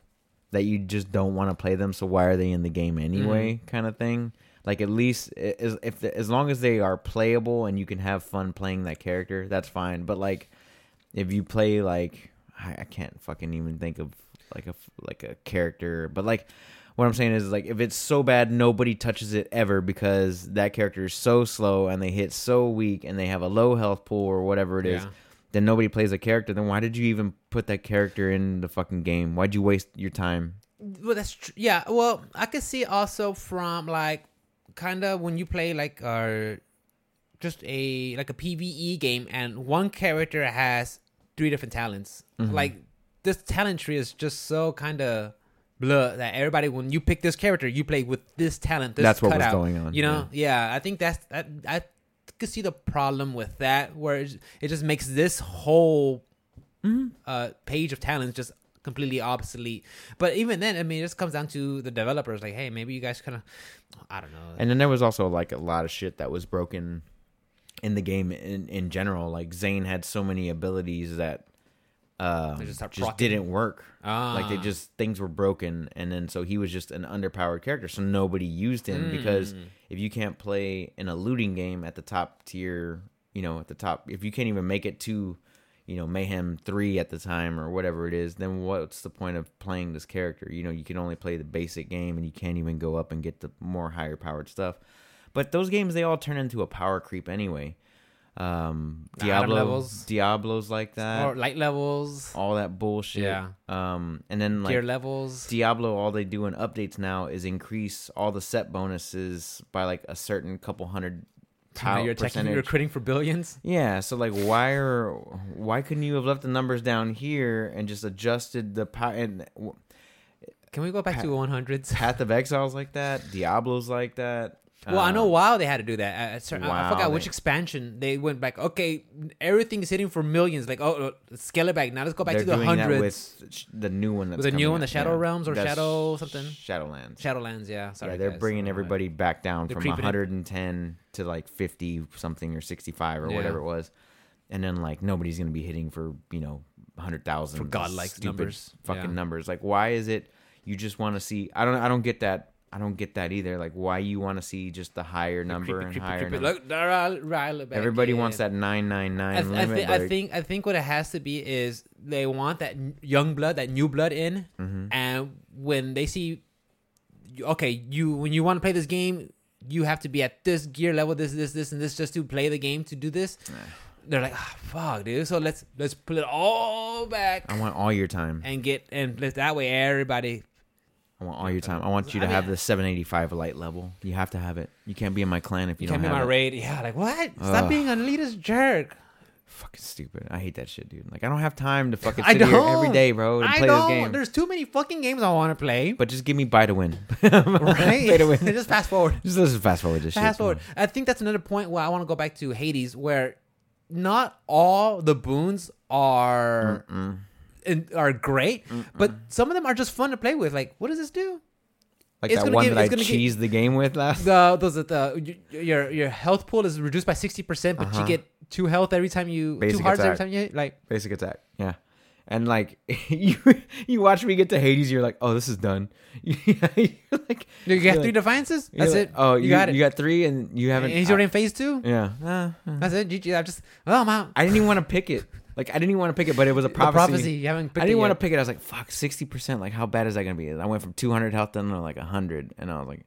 that you just don't want to play them. So why are they in the game anyway? Kind of thing. Like at least i- as if as long as they are playable and you can have fun playing that character, that's fine. But like, if you play like I, I can't fucking even think of like a f- like a character, but like what I'm saying is like if it's so bad nobody touches it ever because that character is so slow and they hit so weak and they have a low health pool or whatever it is.
Yeah.
Then nobody plays a character. Then why did you even put that character in the fucking game? Why'd you waste your time?
well that's true yeah well i could see also from like kind of when you play like uh just a like a pve game and one character has three different talents
Mm-hmm.
like this talent tree is just so kind of blah that everybody when you pick this character you play with this talent this
That's what was
cutout,
going on,
you know yeah, i think that's that i could see the problem with that where it's- it just makes this whole uh page of talents just completely obsolete. But even then, I mean, it just comes down to the developers. Like, hey, maybe you guys kind of, I don't know.
And then there was also like a lot of shit that was broken in the game in, in general. Like Zane had so many abilities that uh,
They just
just,
start proccing.
didn't work. Like they
Ah.
just things were broken, and then so he was just an underpowered character. So nobody used him because
Hmm.
if you can't play in a looting game at the top tier, you know, at the top, if you can't even make it to, you know, Mayhem Three at the time or whatever it is, then what's the point of playing this character? You know, you can only play the basic game, and you can't even go up and get the more higher powered stuff. But those games, they all turn into a power creep anyway. Um,
The item
Diablo,
levels.
Diablos like that
or light levels,
all that bullshit.
Yeah.
Um, and then like
gear levels.
Diablo, all they do in updates now is increase all the set bonuses by like a certain couple hundred
You know,
pow-
you're attacking, you're
percentage.
critting for billions.
Yeah, so like why are why couldn't you have left the numbers down here and just adjusted the pow- and w-
Can we go back to 100s?
Path of Exiles like that, Diablos like that.
Well, I know
Uh,
WoW they had to do that. At- at certain- I- I forgot
WoW,
which
they-
expansion they went back. Okay, everything is hitting for millions. Like, oh, let's scale it back. Now let's go back
they're
to the
doing that
hundreds.
with sh- the new one. That's
With the new
coming out,
one, the Shadow Realms or
That's
Shadow something?
Shadowlands.
Shadowlands, yeah. Sorry,
yeah, they're
guys.
bringing
Uh,
everybody back down
They're
from
creeping it.
110 to like 50 something or 65 or
Yeah.
whatever it was, and then like nobody's gonna be hitting for you know 100,000
For godlike
stupid
numbers.
fucking
Yeah.
numbers. Like, why is it you just want to see? I don't I don't get that. I don't get that either. Like, why you want to see just the higher number
creepy,
and
creepy,
higher?
creepy.
number.
Look, they're all- right back
Everybody
in.
wants that 999
I, th- I,
limit.
thi- I
but-
think I think what it has to be is they want that n- young blood, that new blood in,
Mm-hmm.
and when they see, you- okay, you when you want to play this game, you have to be at this gear level, this this this and this just to play the game to do this. They're like, ah, fuck, dude. So let's let's pull it all back
I want all your time.
and get and let, that way everybody.
I want all your time. I want you
I
to
mean-
have the 785 light level. You have to have it. You can't be in my clan if you,
You
don't
can't be
have
my
it.
raid. Yeah, like what? Stop
Ugh.
being a leader's jerk.
fucking stupid. I hate that shit, dude. Like I don't have time to fucking
I
sit here every
don't.
day, bro, and
I
play
know
this game.
there's too many fucking games I want to play.
But just give me buy to win.
Right?
Play to win.
Just fast forward.
Just let's just fast forward this shit.
Fast forward. I think that's another point where I want to go back to Hades, where not all the boons are and are great, but some of them are just fun to play with. Like, what does this do?
Like
It's
that
gonna
one
give-
that I
it's gonna give-
cheesed the game with last.
The those are the y- your your health pool is reduced by sixty percent, but you
Uh-huh.
get two health every time you
Basic
two hearts every
attack.
time you hit. Like,
Basic attack. Yeah. And like you, you watch me get to Hades, you're like, oh, this is done. you're like,
you get
you're
three
like-
defiances.
you're
That's
like,
it.
Oh,
you, got it.
You got three, and you haven't.
and he's already in phase two. Uh-huh.
yeah. Uh, uh.
That's it. GG. I just oh my
I didn't even want to pick it. Like I didn't even want to pick it, but it was a
prophecy.
prophecy.
prophecy. You haven't.
I didn't want to pick it. I was like, fuck, sixty percent. Like, how bad is that gonna be? And I went from two hundred health down to like hundred, and I was like,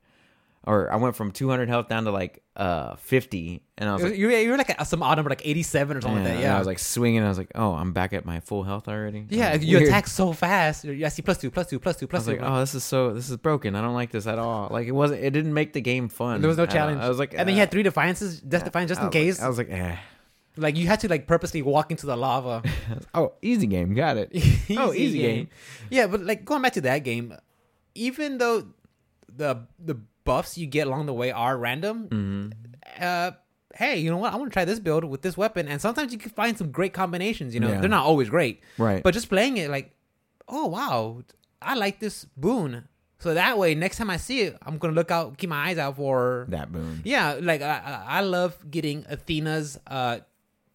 or I went from two hundred health down to like uh fifty, and I was like,
you, you were like a, some odd number, like eighty-seven or something like that.
and
Yeah,
I was like swinging. I was like, oh, I'm back at my full health already.
Yeah,
Like,
you
weird.
attack so fast. You're- I see plus two, plus two, plus two,
I
plus
was
two.
like, oh, this is so, this is broken. I don't like this at all. Like, it wasn't, it didn't make the game fun.
there was
I
no
don't-
challenge.
I was like,
and then
uh,
you had three defiances, death defiance, just
I
in
was like-
case.
I was like, eh.
like you had to like purposely walk into the lava.
oh, easy game, got it. oh, easy game.
Yeah, but like going back to that game, even though the the buffs you get along the way are random,
Mm. Mm-hmm.
uh, hey, you know what? I want to try this build with this weapon, and sometimes you can find some great combinations. You know,
Yeah.
they're not always great,
Right.
But just playing it, like, oh wow, I like this boon. So that way, next time I see it, I'm gonna look out, keep my eyes out for
that boom.
yeah, like I, I I love getting Athena's uh,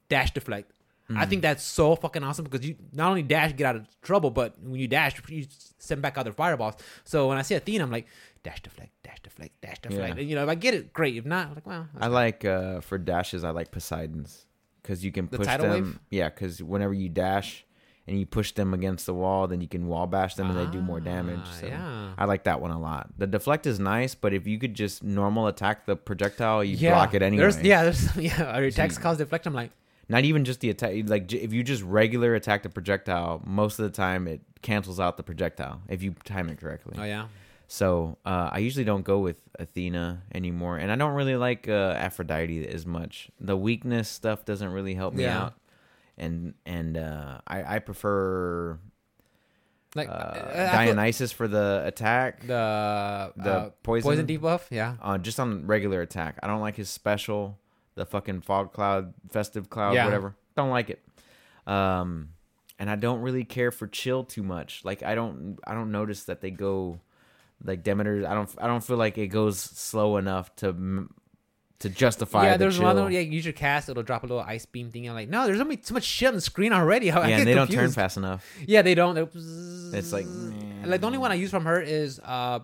dash deflect. I
Mm.
think that's so fucking awesome because you not only dash get out of trouble, but when you dash, you send back other fireballs. So when I see Athena, I'm like dash deflect, dash deflect, dash deflect.
Yeah.
And, you know, if I get it, great. If not, I'm like well,
I like uh, for dashes. I like Poseidon's because you can
The
push
tidal
them.
wave?
Yeah, because whenever you dash and you push them against the wall, then you can wall bash them and they do more damage.
Ah,
So
yeah.
I like that one a lot. The deflect is nice, but if you could just normal attack the projectile, you
yeah,
block it anyway.
There's, yeah, there's yeah. Or attacks cause deflect. I'm like
Not even just the attack. Like j- if you just regular attack the projectile, most of the time it cancels out the projectile if you time it correctly.
oh yeah,
So uh, I usually don't go with Athena anymore, and I don't really like uh, Aphrodite as much. The weakness stuff doesn't really help me
Yeah.
out, and and uh, I I prefer
like
uh,
I- I- I feel
Dionysus for the attack,
the
the
uh,
poison,
poison debuff. Yeah,
uh, just on regular attack. I don't like his special, the fucking fog cloud, festive cloud,
Yeah.
whatever. Don't like it. Um, and I don't really care for chill too much. Like I don't I don't notice that they go like Demeter. I don't I don't feel like it goes slow enough to m- to justify.
yeah,
the
there's
chill.
one. Yeah, use your cast. It'll drop a little ice beam thing. I'm like, no, there's so, many, so much shit on the screen already. I, I
yeah,
get
and they don't turn
confused. Mm.
fast enough.
Yeah, they don't.
It's like,
like the only one I use from her is uh,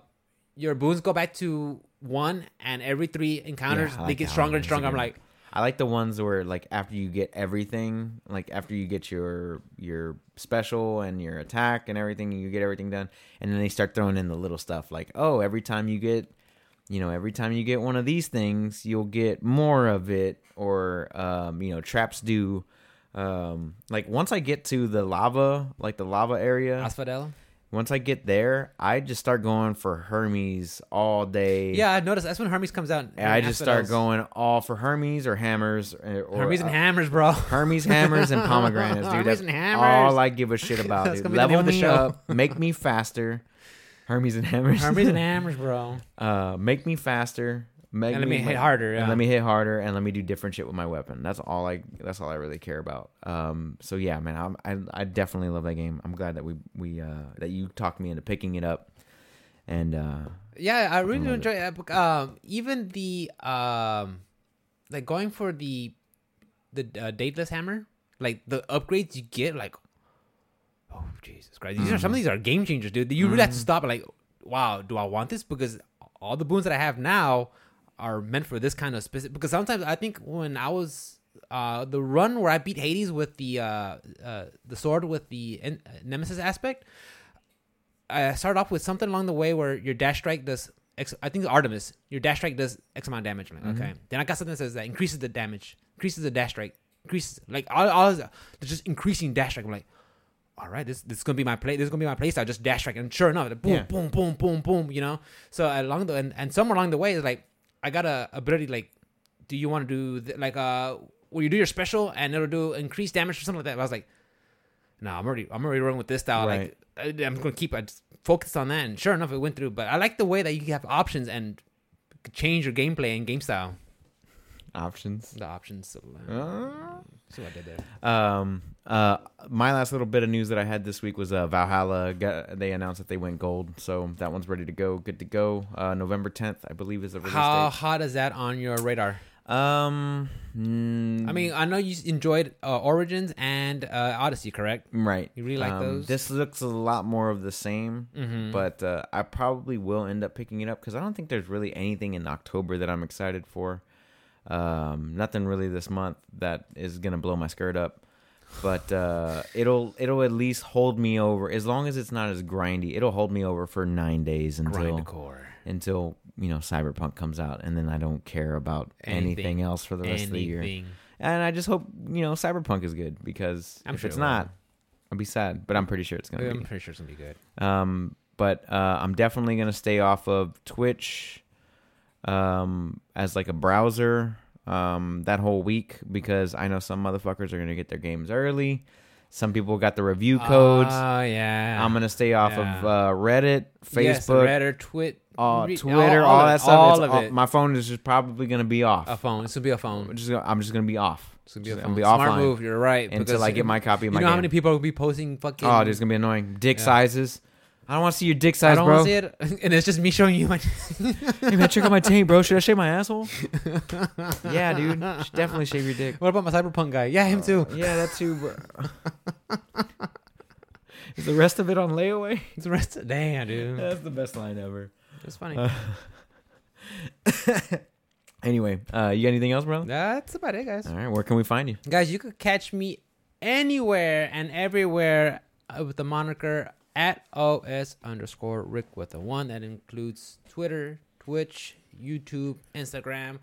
your boons go back to one, and every three encounters
Yeah, I
they
like
get
that
stronger
one.
and
That's a
stronger. I'm
good one.
like,
I like the ones where like after you get everything, like after you get your your special and your attack and everything, you get everything done, and then they start throwing in the little stuff like, oh, every time you get, you know, every time you get one of these things, you'll get more of it, or um, you know, traps do. Um, like once I get to the lava, like the lava area,
Asphodel.
once I get there, I just start going for Hermes all day.
Yeah, I noticed that's when Hermes comes out.
And I just start
Asphodels.
going all for Hermes or hammers or, or
Hermes and
uh,
hammers, bro.
Hermes hammers and pomegranates, dude.
Hermes
That's
and hammers.
all I give a shit about.
That's
dude.
gonna be the name
Level me
of the show.
up, make me faster. Hermes and hammers.
Hermes and hammers, bro.
uh, make me faster. Make
And let me hit harder,
and
yeah.
let me hit harder, and let me do different shit with my weapon. That's all I. That's all I really care about. Um. So yeah, man, I'm, I I definitely love that game. I'm glad that we we uh that you talked me into picking it up, and uh
Yeah, I really do
love
enjoy it. Bec- Um, even the um, like going for the the uh, dateless hammer, like the upgrades you get, like oh Jesus Christ, these are some of these are game changers, dude. You really have to stop and like, wow, do I want this? Because all the boons that I have now are meant for this kind of specific. Because sometimes I think when I was uh, the run where I beat Hades with the uh, uh, the sword with the en- nemesis aspect, I start off with something along the way where your dash strike does. X, I think Artemis, your dash strike does X amount of damage. I'm like, okay. Then I got something that says that increases the damage, increases the dash strike, increases like all, all is- there's just increasing dash strike. I'm like, all right, this this is gonna be my play. This is gonna be my play style. Just dash strike, and sure enough, boom,
Yeah.
boom, boom, boom, boom. You know. So along the and, and somewhere along the way, it's like I got a ability like, do you want to do th- like uh, will you do your special and it'll do increased damage or something like that? But I was like, no, I'm already I'm already running with this style.
Right.
Like I- I'm gonna keep I just focused on that, and sure enough, it went through. But I like the way that you have options and could change your gameplay and game style.
options.
The options. So, uh,
Uh.
see what I did there.
Um, uh, my last little bit of news that I had this week was uh, Valhalla. Got, they announced that they went gold, so that one's ready to go, good to go. Uh, November 10th, I believe, is the release
How hot is that on your radar?
date. Um, mm,
I mean, I know you enjoyed uh, Origins and uh, Odyssey, correct?
right?
you really like
Um,
those? Mm-hmm.
This looks a lot more of the same, but uh, I probably will end up picking it up because I don't think there's really anything in October that I'm excited for. Um, nothing really this month that is gonna blow my skirt up. but uh, it'll it'll at least hold me over as long as it's not as grindy. It'll hold me over for nine days until
Grindcore.
until you know Cyberpunk comes out, and then I don't care about anything,
Anything.
else for the rest of the year.
Anything.
And I just hope you know Cyberpunk is good because
I'm
if
sure
it's
it will.
not, I'll be sad. But I'm pretty sure it's gonna
I'm
be.
pretty sure it's gonna be good.
Um, but uh, I'm definitely gonna stay off of Twitch, um, as like a browser, um, that whole week because I know some motherfuckers are gonna get their games early. Some people got the review codes.
Oh yeah.
I'm gonna stay off of
yeah.
uh, Reddit,
Yes,
Facebook,
Reddit, Twit,
uh,
re-
Twitter, all,
of it,
that stuff.
All
It's
of
all-
it.
My phone is just probably gonna be off.
a phone. It's gonna be a phone.
I'm just gonna, I'm just gonna be off.
It's gonna be a
Just
phone.
gonna be
Smart
offline
move. You're right.
until I get my copy
You
of
know
my
how
game.
many people will be posting fucking.
oh, dude, it's gonna be annoying. Dick
Yeah.
sizes. I don't want to see your dick
I
size,
don't
bro.
want to see it, and it's just me showing you my.
hey man, check out my tank, bro. Should I shave my asshole? yeah, dude. Should definitely shave your dick.
What about my cyberpunk guy? Yeah, him too.
Yeah, that too, bro. Is the rest of it on layaway?
It's the rest. Of, damn, dude,
That's the best line ever.
it's funny.
Uh, Anyway, uh, you got anything else, brother?
That's about it, guys.
All right, where can we find you?
Guys, you could catch me anywhere and everywhere uh, with the moniker at os underscore rick with a one. That includes Twitter, Twitch, YouTube, Instagram.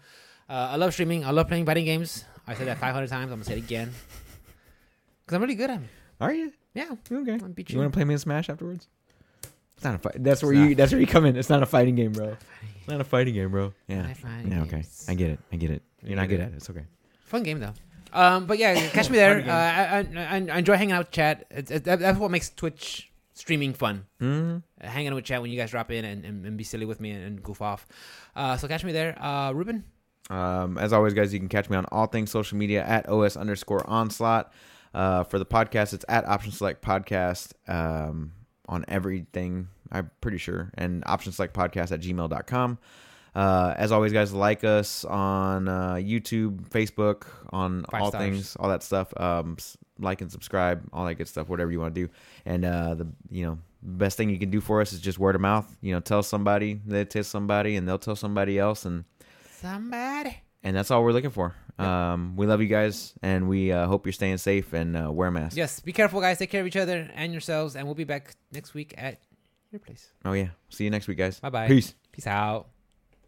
Uh, I love streaming. I love playing fighting games. I said that 500 times. I'm gonna say it again because I'm really good at it.
Are you?
Yeah,
You okay?
I beat
You
you.
want to play me in Smash afterwards? It's not a fight. That's where
It's
you.
not-
That's where you come in. It's not a fighting game, bro. Not a fighting game, bro. Yeah.
Not a fighting
Yeah. Okay.
game.
I get it. I get it. You're not
get
good
it.
at it. It's okay.
Fun game though. Um, but yeah, catch me there. Uh, I, I, I enjoy hanging out with chat. It's, it, that- that's what makes Twitch streaming fun.
Mm-hmm.
Uh, hanging out with chat when you guys drop in and, and, and be silly with me and, and goof off. Uh, so catch me there. Uh, Ruben,
Um, as always, guys, you can catch me on all things social media at os underscore onslaught. Uh, for the podcast, it's at Option Select Podcast um, on everything, I'm pretty sure, and Option Select Podcast at gmail.com. Uh, as always, guys, like us on uh, YouTube, Facebook, on
Five
all
stars.
things, all that stuff. Um, s- like and subscribe, all that good stuff, whatever you want to do. And uh, the you know best thing you can do for us is just word of mouth. You know, tell somebody, they tell somebody, and they'll tell somebody else, and
Somebody.
and that's all we're looking for. Um, we love you guys, and we uh, hope you're staying safe and uh, wear masks.
Yes, be careful, guys. Take care of each other and yourselves, and we'll be back next week at your place.
Oh yeah. See you next week, guys.
Bye bye.
Peace.
Peace out.